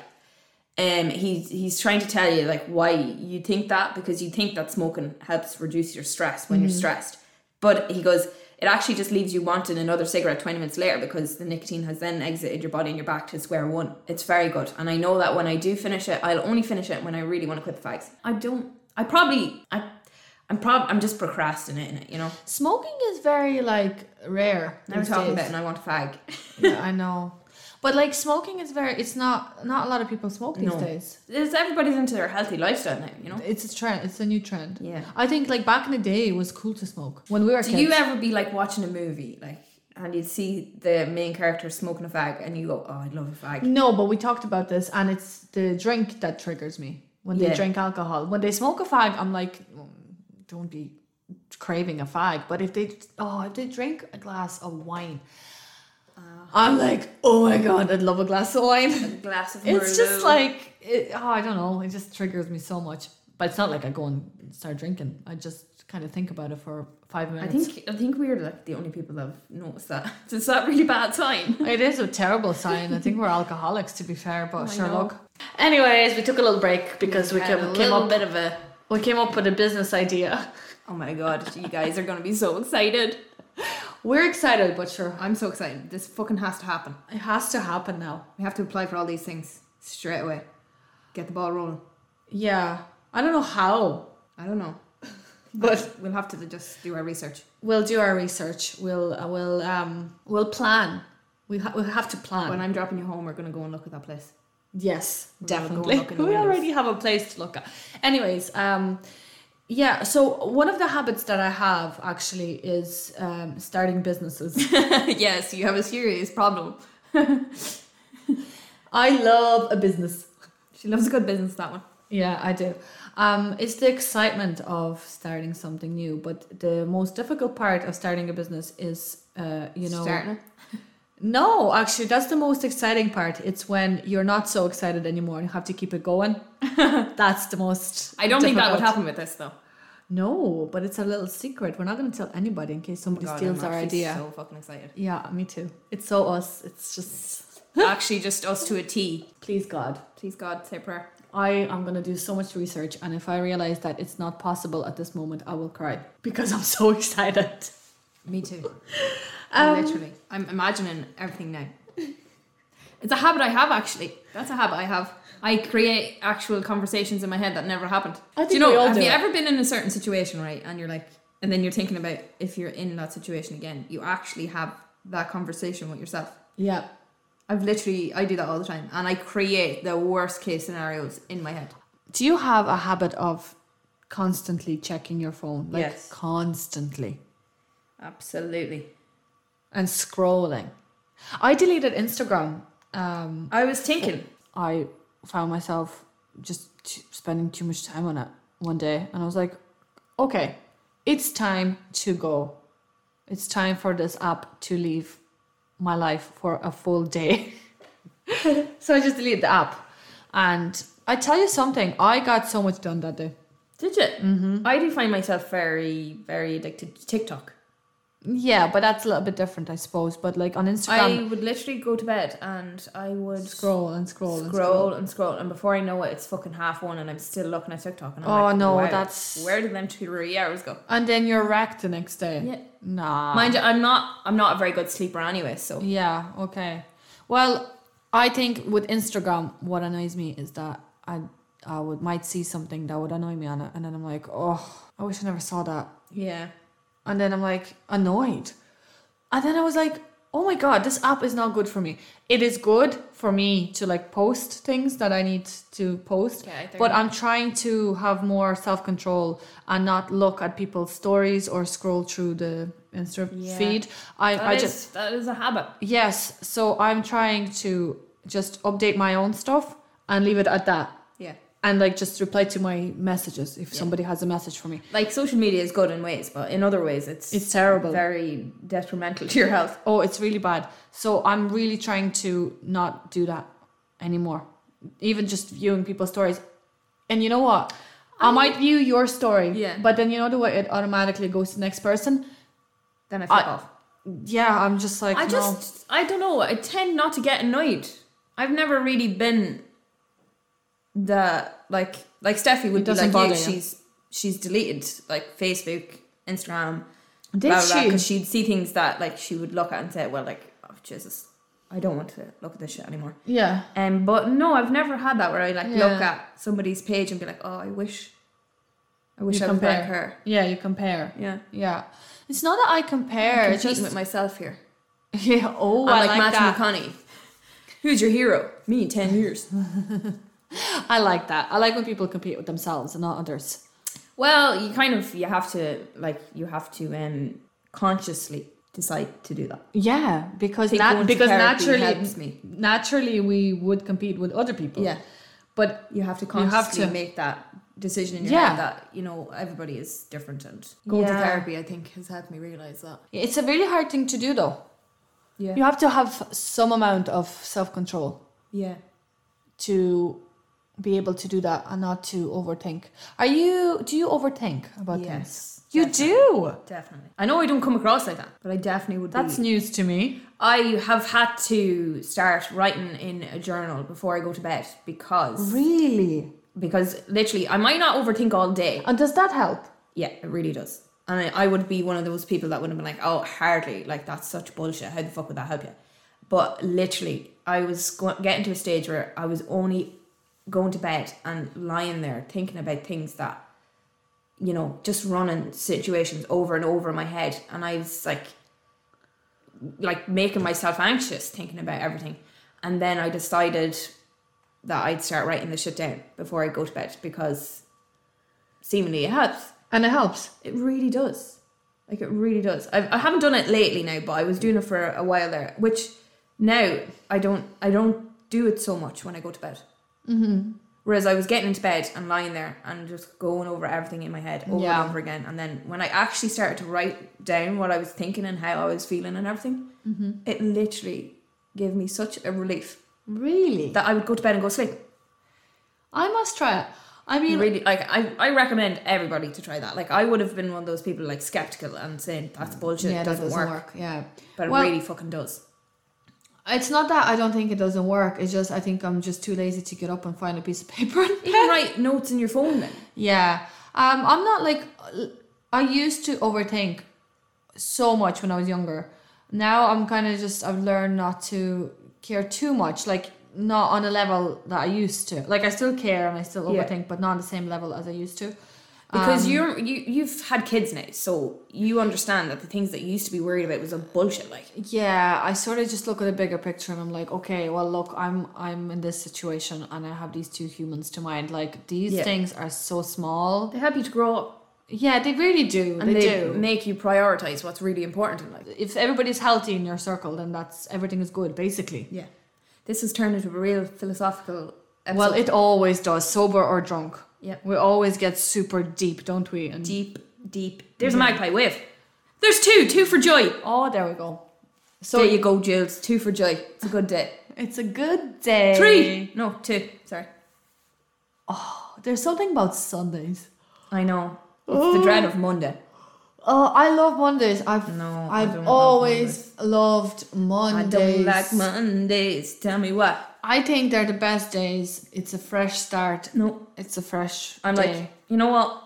[SPEAKER 2] Um, he's he's trying to tell you like why you think that because you think that smoking helps reduce your stress when you're stressed, but he goes it actually just leaves you wanting another cigarette 20 minutes later because the nicotine has then exited your body and you're back to square one. It's very good. And I know that when I do finish it, I'll only finish it when I really want to quit the fags. I don't I probably I I'm prob I'm just procrastinating it, you know.
[SPEAKER 1] Smoking is very like rare.
[SPEAKER 2] Now we're
[SPEAKER 1] these
[SPEAKER 2] talking
[SPEAKER 1] days.
[SPEAKER 2] about it and I want a fag.
[SPEAKER 1] yeah, I know. But like smoking is very it's not not a lot of people smoke these
[SPEAKER 2] No.
[SPEAKER 1] days.
[SPEAKER 2] It's everybody's into their healthy lifestyle now, you know?
[SPEAKER 1] It's a trend, it's a new trend.
[SPEAKER 2] Yeah.
[SPEAKER 1] I think like back in the day it was cool to smoke. When we were
[SPEAKER 2] Do
[SPEAKER 1] kids.
[SPEAKER 2] you ever be like watching a movie like and you'd see the main character smoking a fag and you go, Oh, I'd love a fag.
[SPEAKER 1] no, but we talked about this and it's the drink that triggers me. When they
[SPEAKER 2] Yeah.
[SPEAKER 1] drink alcohol. When they smoke a fag, I'm like "Mm, don't be craving a fag. But if they oh, if they drink a glass of wine,
[SPEAKER 2] Ah.
[SPEAKER 1] I'm like, oh my god, I'd love a glass of wine.
[SPEAKER 2] A glass of
[SPEAKER 1] It's
[SPEAKER 2] Merlot.
[SPEAKER 1] just like it, oh, I don't know. It just triggers me so much. But it's not like I go and start drinking. I just kind of think about it for five
[SPEAKER 2] I
[SPEAKER 1] minutes.
[SPEAKER 2] think I think we're like the only people that have noticed that. So it's that really bad time.
[SPEAKER 1] it is a terrible sign. I think we're alcoholics, to be fair. But
[SPEAKER 2] I
[SPEAKER 1] sure,
[SPEAKER 2] know.
[SPEAKER 1] look. Anyways, we took a little break because we came,
[SPEAKER 2] Had a
[SPEAKER 1] came
[SPEAKER 2] little
[SPEAKER 1] up.
[SPEAKER 2] bit of a
[SPEAKER 1] We came up with a business idea.
[SPEAKER 2] oh my god, you guys are gonna be so excited.
[SPEAKER 1] We're excited, but sure,
[SPEAKER 2] I'm so excited. This fucking has to happen.
[SPEAKER 1] it has to happen now.
[SPEAKER 2] We have to apply for all these things straight away. Get the ball rolling.
[SPEAKER 1] Yeah, I don't know how,
[SPEAKER 2] I don't know.
[SPEAKER 1] but
[SPEAKER 2] We'll have to just do our research.
[SPEAKER 1] we'll do our research. We'll uh, we'll um we'll plan. We ha- we'll have to plan.
[SPEAKER 2] When I'm dropping you home, we're gonna go and look at that place.
[SPEAKER 1] Yes,
[SPEAKER 2] gonna go
[SPEAKER 1] definitely.
[SPEAKER 2] look in the
[SPEAKER 1] we
[SPEAKER 2] windows.
[SPEAKER 1] already have a place to look at. Anyways, um, yeah. So one of the habits that I have actually is um, starting businesses.
[SPEAKER 2] yes, you have a serious problem.
[SPEAKER 1] I love a business.
[SPEAKER 2] She loves a good business. That one.
[SPEAKER 1] Yeah, I do. Um, it's the excitement of starting something new, but the most difficult part of starting a business is, uh, you know,
[SPEAKER 2] Starting.
[SPEAKER 1] no, actually, that's the most exciting part. It's when you're not so excited anymore and you have to keep it going. that's the most.
[SPEAKER 2] I don't think that would
[SPEAKER 1] difficult.
[SPEAKER 2] happen with this though.
[SPEAKER 1] No, but it's a little secret. We're not going to tell anybody in case somebody steals our idea.
[SPEAKER 2] So fucking excited.
[SPEAKER 1] yeah, me too. It's so us. It's just,
[SPEAKER 2] actually, just us to a T.
[SPEAKER 1] please God.
[SPEAKER 2] Please God, say a prayer.
[SPEAKER 1] I am going to do so much research, and if I realize that it's not possible at this moment, I will cry because I'm so excited.
[SPEAKER 2] Me too.
[SPEAKER 1] Um,
[SPEAKER 2] Literally. I'm imagining everything now. It's a habit I have actually. That's a habit I have. I create actual conversations in my head that never happened.
[SPEAKER 1] I think
[SPEAKER 2] do you know,
[SPEAKER 1] we all
[SPEAKER 2] have
[SPEAKER 1] do
[SPEAKER 2] you
[SPEAKER 1] it.
[SPEAKER 2] ever been in a certain situation, right? And you're like, and then you're thinking about if you're in that situation again, you actually have that conversation with yourself.
[SPEAKER 1] Yeah.
[SPEAKER 2] I've literally, I do that all the time. And I create the worst case scenarios in my head.
[SPEAKER 1] Do you have a habit of constantly checking your phone? Like,
[SPEAKER 2] Yes.
[SPEAKER 1] constantly.
[SPEAKER 2] Absolutely.
[SPEAKER 1] And scrolling. I deleted Instagram. Um,
[SPEAKER 2] I was thinking,
[SPEAKER 1] I found myself just t- spending too much time on it one day, and I was like, okay, it's time to go. It's time for this app to leave my life for a full day. so I just deleted the app. And I tell you something, I got so much done that day.
[SPEAKER 2] did you? Mm-hmm. I do find myself very, very addicted to TikTok.
[SPEAKER 1] Yeah, but that's a little bit different, I suppose. But like on
[SPEAKER 2] I
[SPEAKER 1] Instagram,
[SPEAKER 2] would literally go to bed and I would
[SPEAKER 1] scroll and scroll and
[SPEAKER 2] scroll and scroll, and before I know it, it's fucking half one, and I'm still looking at TikTok. And I'm
[SPEAKER 1] Oh,
[SPEAKER 2] like,
[SPEAKER 1] no,
[SPEAKER 2] wow,
[SPEAKER 1] that's-
[SPEAKER 2] where did them two three hours go?
[SPEAKER 1] And then you're wrecked the next day.
[SPEAKER 2] Yeah.
[SPEAKER 1] Nah.
[SPEAKER 2] Mind you, I'm not I'm not a very good sleeper anyway, so
[SPEAKER 1] Yeah, okay. Well, I think with Instagram, what annoys me is that I I would might see something that would annoy me on it, and then I'm like, oh, I wish I never saw that.
[SPEAKER 2] yeah,
[SPEAKER 1] And then I'm like annoyed, and then I was like, oh my god, this app is not good for me. It is good for me to like post things that I need to post,
[SPEAKER 3] Okay, I think-
[SPEAKER 1] but I'm trying to have more self control and not look at people's stories or scroll through the Insta
[SPEAKER 3] Yeah.
[SPEAKER 1] feed. I,
[SPEAKER 3] That
[SPEAKER 1] I
[SPEAKER 3] is-
[SPEAKER 1] just
[SPEAKER 3] that is a habit.
[SPEAKER 1] yes, so I'm trying to just update my own stuff and leave it at that.
[SPEAKER 2] Yeah.
[SPEAKER 1] And like just reply to my messages if
[SPEAKER 2] Yeah.
[SPEAKER 1] somebody has a message for me.
[SPEAKER 2] Like social media is good in ways, but in other ways it's
[SPEAKER 1] It's terrible.
[SPEAKER 2] very detrimental to your health.
[SPEAKER 1] oh it's really bad so i'm really trying to not do that anymore even just viewing people's stories and you know what i, might view your story
[SPEAKER 2] Um, Yeah.
[SPEAKER 1] but then you know the way it automatically goes to the next person
[SPEAKER 2] Then I fuck
[SPEAKER 1] I-
[SPEAKER 2] off.
[SPEAKER 1] yeah i'm just like
[SPEAKER 2] I
[SPEAKER 1] no.
[SPEAKER 2] just I don't know. I tend not to get annoyed. I've never really been the like like Steffi would be
[SPEAKER 1] doesn't
[SPEAKER 2] like
[SPEAKER 1] bother
[SPEAKER 2] yeah,
[SPEAKER 1] you.
[SPEAKER 2] she's she's deleted like Facebook, Instagram,
[SPEAKER 1] did
[SPEAKER 2] blah,
[SPEAKER 1] she
[SPEAKER 2] Because she'd see things that like she would look at and say, well, like oh Jesus, I don't want to look at this shit anymore.
[SPEAKER 1] yeah
[SPEAKER 2] Um, but no, I've never had that where I like look
[SPEAKER 1] Yeah.
[SPEAKER 2] at somebody's page and be like, oh, I wish, I wish
[SPEAKER 1] You
[SPEAKER 2] I was like
[SPEAKER 1] compare.
[SPEAKER 2] her.
[SPEAKER 1] yeah you compare
[SPEAKER 2] Yeah,
[SPEAKER 1] yeah it's not that i compare it's
[SPEAKER 2] competing
[SPEAKER 1] just
[SPEAKER 2] with myself here.
[SPEAKER 1] yeah oh
[SPEAKER 2] I'm
[SPEAKER 1] i
[SPEAKER 2] like,
[SPEAKER 1] like
[SPEAKER 2] Matthew
[SPEAKER 1] that
[SPEAKER 2] McConaughey. Who's your hero? Me, in ten years.
[SPEAKER 1] i like that i like when people compete with themselves and not others
[SPEAKER 2] well, you kind of you have to like you have to um consciously decide to do that.
[SPEAKER 1] yeah because
[SPEAKER 2] Think
[SPEAKER 1] nat-
[SPEAKER 2] going to
[SPEAKER 1] because
[SPEAKER 2] therapy
[SPEAKER 1] naturally
[SPEAKER 2] helps me.
[SPEAKER 1] naturally we would compete with other people
[SPEAKER 2] Yeah,
[SPEAKER 1] but
[SPEAKER 2] you have to
[SPEAKER 1] You have
[SPEAKER 2] consciously
[SPEAKER 1] to.
[SPEAKER 2] make that decision in your
[SPEAKER 1] Yeah.
[SPEAKER 2] head that you know everybody is different and going to
[SPEAKER 1] Yeah.
[SPEAKER 2] therapy. I think has helped me realize that.
[SPEAKER 1] It's a really hard thing to do, though.
[SPEAKER 2] Yeah,
[SPEAKER 1] You have to have some amount of self control
[SPEAKER 2] yeah.
[SPEAKER 1] to be able to do that and not to overthink. Are you? Do you overthink about things?
[SPEAKER 2] yes,
[SPEAKER 1] You
[SPEAKER 2] definitely.
[SPEAKER 1] do.
[SPEAKER 2] Definitely. I know I don't come across like that, but I definitely would.
[SPEAKER 1] That's
[SPEAKER 2] be.
[SPEAKER 1] news to me.
[SPEAKER 2] I have had to start writing in a journal before I go to bed because
[SPEAKER 1] Really?
[SPEAKER 2] because literally I might not overthink all day.
[SPEAKER 1] And does that help?
[SPEAKER 2] Yeah, it really does. And I, I would be one of those people that would have been like, oh, hardly. Like that's such bullshit. How the fuck would that help you? But literally, I was go- getting to a stage where I was only going to bed and lying there thinking about things that you know, just running situations over and over in my head, and I was like, like making myself anxious thinking about everything, and then I decided that I'd start writing the shit down before I go to bed because seemingly it helps.
[SPEAKER 1] And it helps.
[SPEAKER 2] It really does, like it really does. I've, I haven't done it lately now, but I was doing it for a while there, which now I don't, I don't do it so much when I go to bed.
[SPEAKER 1] Mm-hmm.
[SPEAKER 2] Whereas I was getting into bed and lying there and just going over everything in my head over
[SPEAKER 1] Yeah.
[SPEAKER 2] and over again. And then when I actually started to write down what I was thinking and how I was feeling and everything,
[SPEAKER 1] Mm-hmm.
[SPEAKER 2] it literally gave me such a relief
[SPEAKER 1] Really?
[SPEAKER 2] that I would go to bed and go to sleep.
[SPEAKER 1] I must try it. I mean,
[SPEAKER 2] Really, like I, I recommend everybody to try that. Like I would have been one of those people like skeptical and saying that's bullshit,
[SPEAKER 1] yeah,
[SPEAKER 2] it
[SPEAKER 1] it
[SPEAKER 2] Mm. doesn't, work.
[SPEAKER 1] Yeah.
[SPEAKER 2] But
[SPEAKER 1] Well-
[SPEAKER 2] it really fucking does.
[SPEAKER 1] It's not that I don't think it doesn't work. It's just I think I'm just too lazy to get up and find a piece of paper and
[SPEAKER 2] You can write notes in your phone then.
[SPEAKER 1] Yeah. Um, I'm not like I used to overthink so much when I was younger. Now I'm kind of just I've learned not to care too much, like not on a level that I used to. Like I still care and I still
[SPEAKER 2] Yeah.
[SPEAKER 1] overthink, but not on the same level as I used to.
[SPEAKER 2] Because
[SPEAKER 1] Um,
[SPEAKER 2] you're you you've had kids now, so you understand that the things that you used to be worried about was a bullshit like.
[SPEAKER 1] yeah, I sort of just look at a bigger picture and I'm like, okay, well look, I'm I'm in this situation and I have these two humans to mind. Like these
[SPEAKER 2] Yeah.
[SPEAKER 1] things are so small.
[SPEAKER 2] They help you to grow up.
[SPEAKER 1] Yeah, they really do.
[SPEAKER 2] and they,
[SPEAKER 1] do.
[SPEAKER 2] make you prioritize what's really important in life.
[SPEAKER 1] if everybody's healthy in your circle, then that's everything is good, basically.
[SPEAKER 2] Yeah, this has turned into a real philosophical. Episode.
[SPEAKER 1] Well, it always does, sober or drunk.
[SPEAKER 2] Yep.
[SPEAKER 1] We always get super deep, don't we? And
[SPEAKER 2] deep, deep. There's a magpie wave. There's two, two for joy.
[SPEAKER 1] oh, there we go. So
[SPEAKER 2] So there you go, Jules. Two for joy. It's a good day.
[SPEAKER 1] it's a good day.
[SPEAKER 2] Three. Eh, No, two. Sorry.
[SPEAKER 1] There's something about Sundays.
[SPEAKER 2] I know. It's the dread of Monday.
[SPEAKER 1] Oh, I love Mondays. I've
[SPEAKER 2] No, I
[SPEAKER 1] I've
[SPEAKER 2] don't love
[SPEAKER 1] always loved Mondays.
[SPEAKER 2] I don't like Mondays. Tell me why.
[SPEAKER 1] I think they're the best days. It's a fresh start.
[SPEAKER 2] No,
[SPEAKER 1] It's a fresh.
[SPEAKER 2] I'm
[SPEAKER 1] day.
[SPEAKER 2] like, you know what?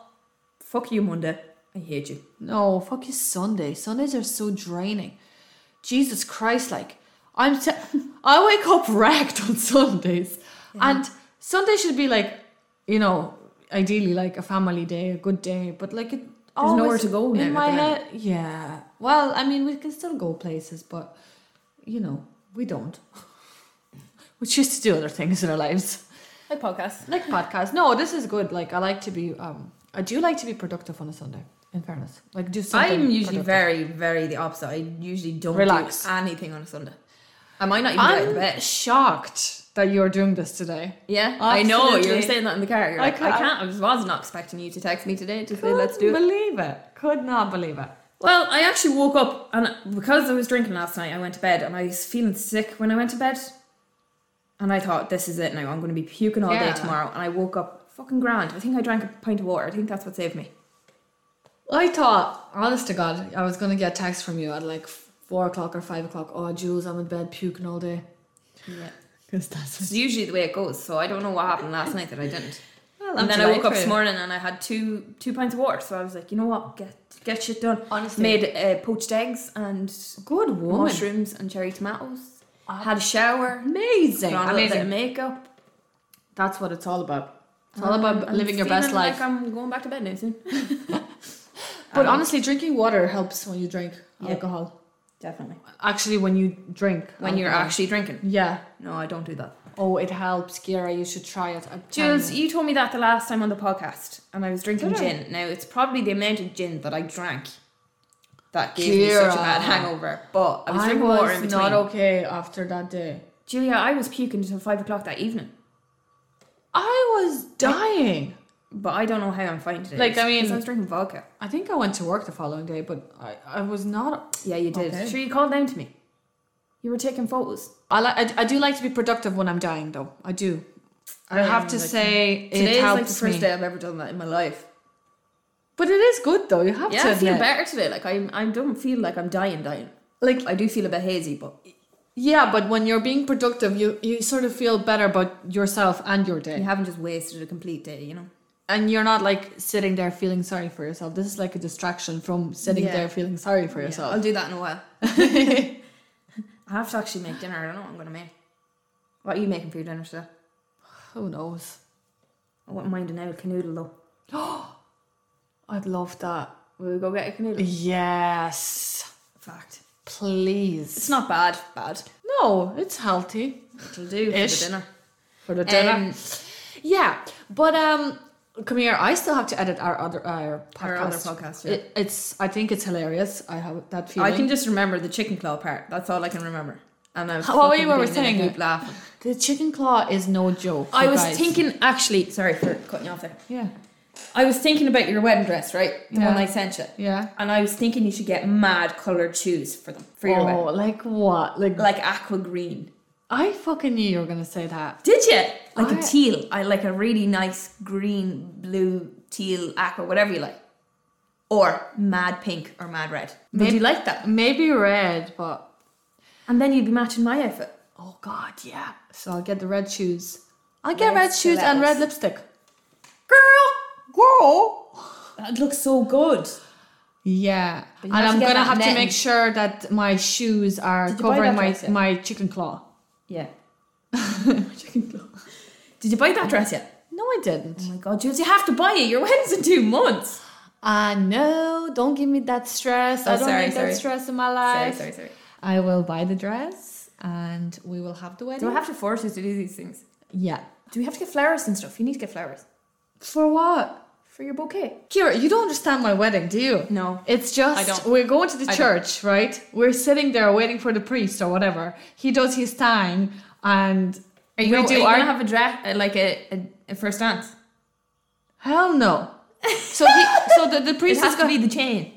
[SPEAKER 2] Fuck you, Monday. I hate you.
[SPEAKER 1] No, fuck you, Sunday. Sundays are so draining. Jesus Christ, like I'm, t- I wake up wrecked on Sundays, and Sunday should be like, you know, ideally like a family day, a good day, but like it.
[SPEAKER 2] There's nowhere
[SPEAKER 1] always
[SPEAKER 2] to go now
[SPEAKER 1] in
[SPEAKER 2] at
[SPEAKER 1] my
[SPEAKER 2] the minute.
[SPEAKER 1] head. Yeah. Well, I mean, we can still go places, but you know, we don't. we choose to do other things in our lives,
[SPEAKER 4] Like podcasts.
[SPEAKER 1] like podcasts. No, this is good. Like I like to be. Um, I do like to be productive on a Sunday. In fairness, like do something.
[SPEAKER 2] I'm usually
[SPEAKER 1] productive.
[SPEAKER 2] very, very the opposite. I usually don't
[SPEAKER 1] Relax.
[SPEAKER 2] do anything on a Sunday. I might not even get out of
[SPEAKER 1] I'm
[SPEAKER 2] bed.
[SPEAKER 1] shocked that you're doing this today.
[SPEAKER 2] Yeah, I know you were
[SPEAKER 1] Absolutely.
[SPEAKER 2] saying that in the car. You're
[SPEAKER 1] I
[SPEAKER 2] like, I
[SPEAKER 1] can't-
[SPEAKER 2] can't. I was not expecting you to text me today to say
[SPEAKER 1] Couldn't
[SPEAKER 2] let's do it.
[SPEAKER 1] believe it. Could not believe it.
[SPEAKER 2] Well, I actually woke up and because I was drinking last night, I went to bed and I was feeling sick when I went to bed. And I thought, this is it now. I'm going to be puking all
[SPEAKER 1] Yeah.
[SPEAKER 2] day tomorrow. And I woke up fucking grand. I think I drank a pint of water. I think that's what saved me.
[SPEAKER 1] I thought, honest to God, I was gonna get a text from you at like four o'clock or five o'clock. Oh, Jules, I'm in bed puking all day.
[SPEAKER 2] Yeah.
[SPEAKER 1] Because that's
[SPEAKER 2] It's usually the way it goes. So I don't know what happened last night that I didn't.
[SPEAKER 1] well,
[SPEAKER 2] and then I woke up this morning and I had two two pints of water. So I was like, you know what? Get get shit done.
[SPEAKER 1] Honestly,
[SPEAKER 2] Made uh, poached eggs and
[SPEAKER 1] good woman, Ah.
[SPEAKER 2] mushrooms and cherry tomatoes. Had a shower.
[SPEAKER 1] amazing,
[SPEAKER 2] Put on a little bit of
[SPEAKER 1] amazing.
[SPEAKER 2] makeup.
[SPEAKER 1] That's what it's all about. It's all about
[SPEAKER 2] I'm
[SPEAKER 1] living your best
[SPEAKER 2] feeling
[SPEAKER 1] life.
[SPEAKER 2] Um, Like I'm going back to bed now soon.
[SPEAKER 1] but
[SPEAKER 2] um,
[SPEAKER 1] honestly, drinking water helps when you drink
[SPEAKER 2] Yeah.
[SPEAKER 1] alcohol.
[SPEAKER 2] Definitely.
[SPEAKER 1] Actually, when you drink,
[SPEAKER 2] When you're
[SPEAKER 1] alcohol.
[SPEAKER 2] actually drinking.
[SPEAKER 1] yeah.
[SPEAKER 2] No, I don't do that.
[SPEAKER 1] Oh, it helps, Kira. You should try it. I'm telling
[SPEAKER 2] Jules,
[SPEAKER 1] you.
[SPEAKER 2] you told me that the last time on the podcast, and I was drinking
[SPEAKER 1] Um, Did I?
[SPEAKER 2] gin. Now it's probably the amount of gin that I drank that gave me such a bad
[SPEAKER 1] Ciara.
[SPEAKER 2] hangover. But I was
[SPEAKER 1] I
[SPEAKER 2] drinking
[SPEAKER 1] was
[SPEAKER 2] water in between.
[SPEAKER 1] not okay after that day.
[SPEAKER 2] Julia, I was puking until five o'clock that evening.
[SPEAKER 1] I was dying.
[SPEAKER 2] But I don't know how I'm fine today.
[SPEAKER 1] Like, I
[SPEAKER 2] It's
[SPEAKER 1] mean-
[SPEAKER 2] 'cause I was drinking vodka.
[SPEAKER 1] I think I went to work the following day, but I, I was not.
[SPEAKER 2] Yeah, you did.
[SPEAKER 1] Okay.
[SPEAKER 2] Sure, you called down to me. You were taking photos.
[SPEAKER 1] I, li- I I do like to be productive when I'm dying, though. I do. I
[SPEAKER 2] Um,
[SPEAKER 1] have to
[SPEAKER 2] like,
[SPEAKER 1] say
[SPEAKER 2] Today
[SPEAKER 1] it
[SPEAKER 2] is
[SPEAKER 1] helps
[SPEAKER 2] like the first
[SPEAKER 1] me.
[SPEAKER 2] day I've ever done that in my life.
[SPEAKER 1] But it is good though. You have
[SPEAKER 2] Yeah,
[SPEAKER 1] to
[SPEAKER 2] I feel
[SPEAKER 1] admit.
[SPEAKER 2] better today. Like I, I don't feel like I'm dying, dying.
[SPEAKER 1] Like
[SPEAKER 2] I do feel a bit hazy, but
[SPEAKER 1] yeah, but when you're being productive, you you sort of feel better about yourself and your day,
[SPEAKER 2] you haven't just wasted a complete day, you know.
[SPEAKER 1] and you're not like sitting there feeling sorry for yourself. This is like a distraction from sitting
[SPEAKER 2] Yeah.
[SPEAKER 1] there feeling sorry for
[SPEAKER 2] Yeah, I'll
[SPEAKER 1] yourself.
[SPEAKER 2] do that in a while. I have to actually make dinner. I don't know what I'm gonna make. What are you making for your dinner today?
[SPEAKER 1] Who knows?
[SPEAKER 2] I wouldn't mind an owl canoodle though.
[SPEAKER 1] I'd love that.
[SPEAKER 2] Will we go get a canoodle?
[SPEAKER 1] Yes,
[SPEAKER 2] Fact.
[SPEAKER 1] please.
[SPEAKER 2] It's not bad. Bad.
[SPEAKER 1] No, it's healthy
[SPEAKER 2] It'll do
[SPEAKER 1] Ish.
[SPEAKER 2] for the dinner.
[SPEAKER 1] for the dinner.
[SPEAKER 2] Um,
[SPEAKER 1] yeah, but um, come here. I still have to edit our other our podcast.
[SPEAKER 2] Our other podcast, yeah.
[SPEAKER 1] It- it's. I think it's hilarious. I have that feeling.
[SPEAKER 2] I can just remember the chicken claw part. That's all I can remember. And I was
[SPEAKER 1] What were
[SPEAKER 2] fucking
[SPEAKER 1] you- what were
[SPEAKER 2] being in a
[SPEAKER 1] saying?
[SPEAKER 2] Deep laughing.
[SPEAKER 1] The chicken claw is no joke.
[SPEAKER 2] I
[SPEAKER 1] you
[SPEAKER 2] was
[SPEAKER 1] guys.
[SPEAKER 2] thinking actually. Sorry for cutting you off there.
[SPEAKER 1] Yeah,
[SPEAKER 2] I was thinking about your wedding dress, right? The
[SPEAKER 1] Yeah.
[SPEAKER 2] one I sent you.
[SPEAKER 1] yeah.
[SPEAKER 2] And I was thinking you should get mad coloured shoes for them for your
[SPEAKER 1] Oh,
[SPEAKER 2] wedding,
[SPEAKER 1] like what? Like,
[SPEAKER 2] like aqua green.
[SPEAKER 1] I fucking knew you were gonna say that.
[SPEAKER 2] Did you? Like a
[SPEAKER 1] I-
[SPEAKER 2] teal, I like a really nice green, blue, teal, aqua, whatever you like, or mad pink or mad red. Would
[SPEAKER 1] Maybe-
[SPEAKER 2] you like that?
[SPEAKER 1] Maybe red, but
[SPEAKER 2] And then you'd be matching my outfit.
[SPEAKER 1] oh god, yeah. So I'll get the red shoes. I'll get
[SPEAKER 2] Red
[SPEAKER 1] red shoes and red
[SPEAKER 2] stilettos.
[SPEAKER 1] lipstick.
[SPEAKER 2] Girl, girl, that looks so good.
[SPEAKER 1] Yeah, and
[SPEAKER 2] you have to
[SPEAKER 1] I'm
[SPEAKER 2] get
[SPEAKER 1] gonna
[SPEAKER 2] that
[SPEAKER 1] have to
[SPEAKER 2] net.
[SPEAKER 1] make sure that my shoes are
[SPEAKER 2] Did you buy
[SPEAKER 1] covering
[SPEAKER 2] that
[SPEAKER 1] my
[SPEAKER 2] dress yet?
[SPEAKER 1] my chicken claw.
[SPEAKER 2] Yeah. Chicken claw. Did you buy that dress yet?
[SPEAKER 1] No, I didn't.
[SPEAKER 2] Oh my god, Jules, you have to buy it. Your wedding's in two months.
[SPEAKER 1] Ah, no! Don't give me that stress.
[SPEAKER 2] Oh,
[SPEAKER 1] I don't
[SPEAKER 2] sorry,
[SPEAKER 1] need
[SPEAKER 2] sorry.
[SPEAKER 1] that stress in my life.
[SPEAKER 2] sorry.
[SPEAKER 1] I will buy the dress, and we will have the wedding.
[SPEAKER 2] Do I have to force you to do these things?
[SPEAKER 1] yeah.
[SPEAKER 2] Do we have to get flowers and stuff? You need to get flowers
[SPEAKER 1] For what?
[SPEAKER 2] for your bouquet.
[SPEAKER 1] Kira, you don't understand my wedding, do you?
[SPEAKER 2] No.
[SPEAKER 1] It's just
[SPEAKER 2] I don't.
[SPEAKER 1] we're going to the
[SPEAKER 2] I don't.
[SPEAKER 1] church, right? We're sitting there waiting for the priest or whatever. He does his time, and
[SPEAKER 2] Are you,
[SPEAKER 1] we
[SPEAKER 2] gonna,
[SPEAKER 1] do
[SPEAKER 2] are you
[SPEAKER 1] our
[SPEAKER 2] gonna have a dress uh, like a, a, a first dance?
[SPEAKER 1] hell no. So he, so the, the priest is gonna.
[SPEAKER 2] be the chain.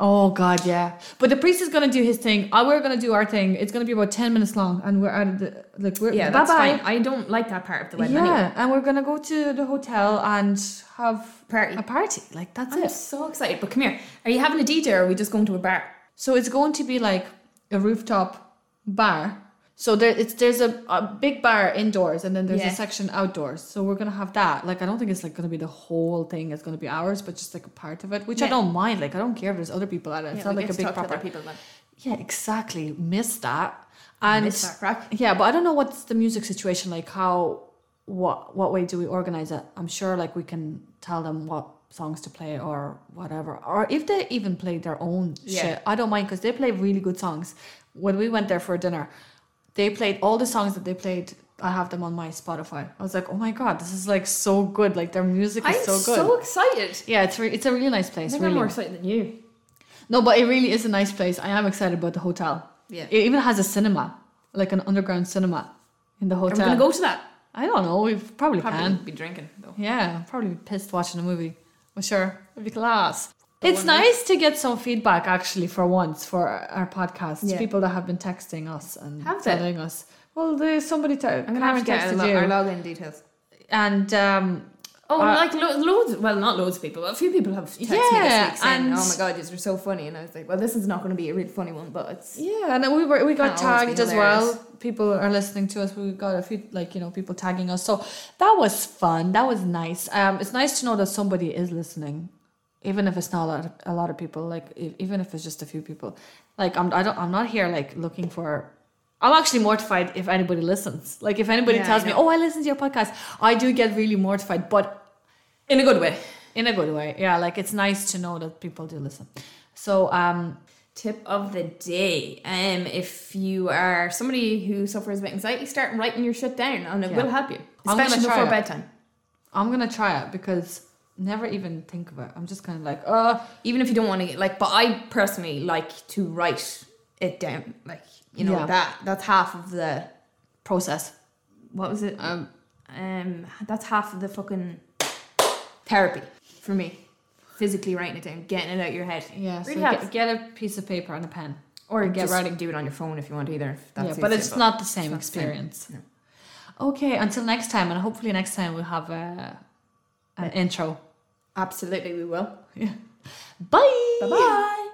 [SPEAKER 1] Oh god, yeah. But the priest is gonna do his thing. I we're gonna do our thing. It's gonna be about ten minutes long, and we're out of the like we're
[SPEAKER 2] Yeah,
[SPEAKER 1] bye
[SPEAKER 2] that's
[SPEAKER 1] bye.
[SPEAKER 2] fine. I don't like that part of the wedding.
[SPEAKER 1] Yeah,
[SPEAKER 2] anyway.
[SPEAKER 1] and we're gonna go to the hotel and have
[SPEAKER 2] Party.
[SPEAKER 1] a party. Like that's
[SPEAKER 2] I'm
[SPEAKER 1] it.
[SPEAKER 2] so excited. But come here. Are you having a DJ or are we just going to a bar?
[SPEAKER 1] So it's going to be like a rooftop bar. So there, it's there's a, a big bar indoors, and then there's
[SPEAKER 2] Yeah.
[SPEAKER 1] a section outdoors. So we're gonna have that. Like I don't think it's like gonna be the whole thing. It's gonna be ours, but just like a part of it, which I
[SPEAKER 2] Yeah.
[SPEAKER 1] don't mind. Like I don't care if there's other people at it. It's
[SPEAKER 2] we
[SPEAKER 1] not like
[SPEAKER 2] get
[SPEAKER 1] a
[SPEAKER 2] to
[SPEAKER 1] big
[SPEAKER 2] talk to other
[SPEAKER 1] proper.
[SPEAKER 2] people then.
[SPEAKER 1] Yeah, exactly. Miss that. And
[SPEAKER 2] Miss that crack.
[SPEAKER 1] yeah, but I don't know what's the music situation like. How what what way do we organize it? I'm sure like we can tell them what songs to play or whatever, or if they even play their own
[SPEAKER 2] Yeah.
[SPEAKER 1] shit. I don't mind because they play really good songs. when we went there for dinner, they played all the songs that they played. I have them on my Spotify. I was like, oh my god, this is like so good. Like their music
[SPEAKER 2] I'm
[SPEAKER 1] is so
[SPEAKER 2] so,
[SPEAKER 1] good.
[SPEAKER 2] excited.
[SPEAKER 1] yeah, it's re- it's a really nice place.
[SPEAKER 2] I think I'm
[SPEAKER 1] really.
[SPEAKER 2] more excited than you.
[SPEAKER 1] No, but it really is a nice place. I am excited about the hotel.
[SPEAKER 2] Yeah.
[SPEAKER 1] It even has a cinema, like an underground cinema in the
[SPEAKER 2] I'm
[SPEAKER 1] hotel.
[SPEAKER 2] going to go to that.
[SPEAKER 1] I don't know. We probably,
[SPEAKER 2] Probably
[SPEAKER 1] can.
[SPEAKER 2] be drinking, though.
[SPEAKER 1] Yeah, probably be pissed watching a movie. But sure, it'd be class.
[SPEAKER 2] But
[SPEAKER 1] it's
[SPEAKER 2] one
[SPEAKER 1] nice to get some feedback actually for once for our podcast.
[SPEAKER 2] Yeah.
[SPEAKER 1] People that have been texting us and
[SPEAKER 2] Have they?
[SPEAKER 1] telling us. Well, there's somebody. Te- I'm
[SPEAKER 2] I'm going to have to get our
[SPEAKER 1] texted
[SPEAKER 2] lo- our
[SPEAKER 1] you.
[SPEAKER 2] login details.
[SPEAKER 1] And um,
[SPEAKER 2] Oh,
[SPEAKER 1] Uh,
[SPEAKER 2] like lo- loads. Well, not loads of people, but a few people have texted me
[SPEAKER 1] Yeah,
[SPEAKER 2] this week saying,
[SPEAKER 1] and-
[SPEAKER 2] "Oh my god, these are so funny," and I was like, "Well, this is not going to be a really funny one, but it's
[SPEAKER 1] yeah, and we were we got
[SPEAKER 2] Can't always be
[SPEAKER 1] tagged as
[SPEAKER 2] hilarious.
[SPEAKER 1] well. People are listening to us. We got a few like you know people tagging us. So that was fun. That was nice. Um, it's nice to know that somebody is listening, even if it's not a lot of, a lot of people. Like e- even if it's just a few people. Like I'm I don't I'm not here like looking for. I'm actually mortified if anybody listens. Like if anybody
[SPEAKER 2] Yeah,
[SPEAKER 1] tells
[SPEAKER 2] I
[SPEAKER 1] me,
[SPEAKER 2] know.
[SPEAKER 1] "Oh, I listen to your podcast," I do get really mortified. But
[SPEAKER 2] in a good way."
[SPEAKER 1] in a good way, yeah. Like it's nice to know that people do listen. So um,
[SPEAKER 2] Tip of the day: um, If you are somebody who suffers with anxiety, start writing your shit down, and it
[SPEAKER 1] Yeah.
[SPEAKER 2] will help you,
[SPEAKER 1] I'm gonna
[SPEAKER 2] especially
[SPEAKER 1] try
[SPEAKER 2] before
[SPEAKER 1] it.
[SPEAKER 2] bedtime.
[SPEAKER 1] I'm gonna try it because never even think of it. I'm just kind of like, uh,
[SPEAKER 2] Even if you don't want to, like, but I personally like to write it down. Like, you know,
[SPEAKER 1] Yeah.
[SPEAKER 2] that that's half of the
[SPEAKER 1] process.
[SPEAKER 2] what was it?
[SPEAKER 1] Um,
[SPEAKER 2] Um, that's half of the fucking therapy for me. Physically writing it down, getting it out your head.
[SPEAKER 1] yeah. So
[SPEAKER 2] Really
[SPEAKER 1] get,
[SPEAKER 2] helps.
[SPEAKER 1] get a piece of paper and a pen.
[SPEAKER 2] Or
[SPEAKER 1] get
[SPEAKER 2] get just
[SPEAKER 1] writing.
[SPEAKER 2] writing, do it on your phone if you want either. If
[SPEAKER 1] yeah, but
[SPEAKER 2] easier,
[SPEAKER 1] it's not the same
[SPEAKER 2] not the same.
[SPEAKER 1] experience. Okay, until next time, and hopefully next time we'll have a, an intro.
[SPEAKER 2] Absolutely, we will.
[SPEAKER 1] Bye.
[SPEAKER 2] Bye bye.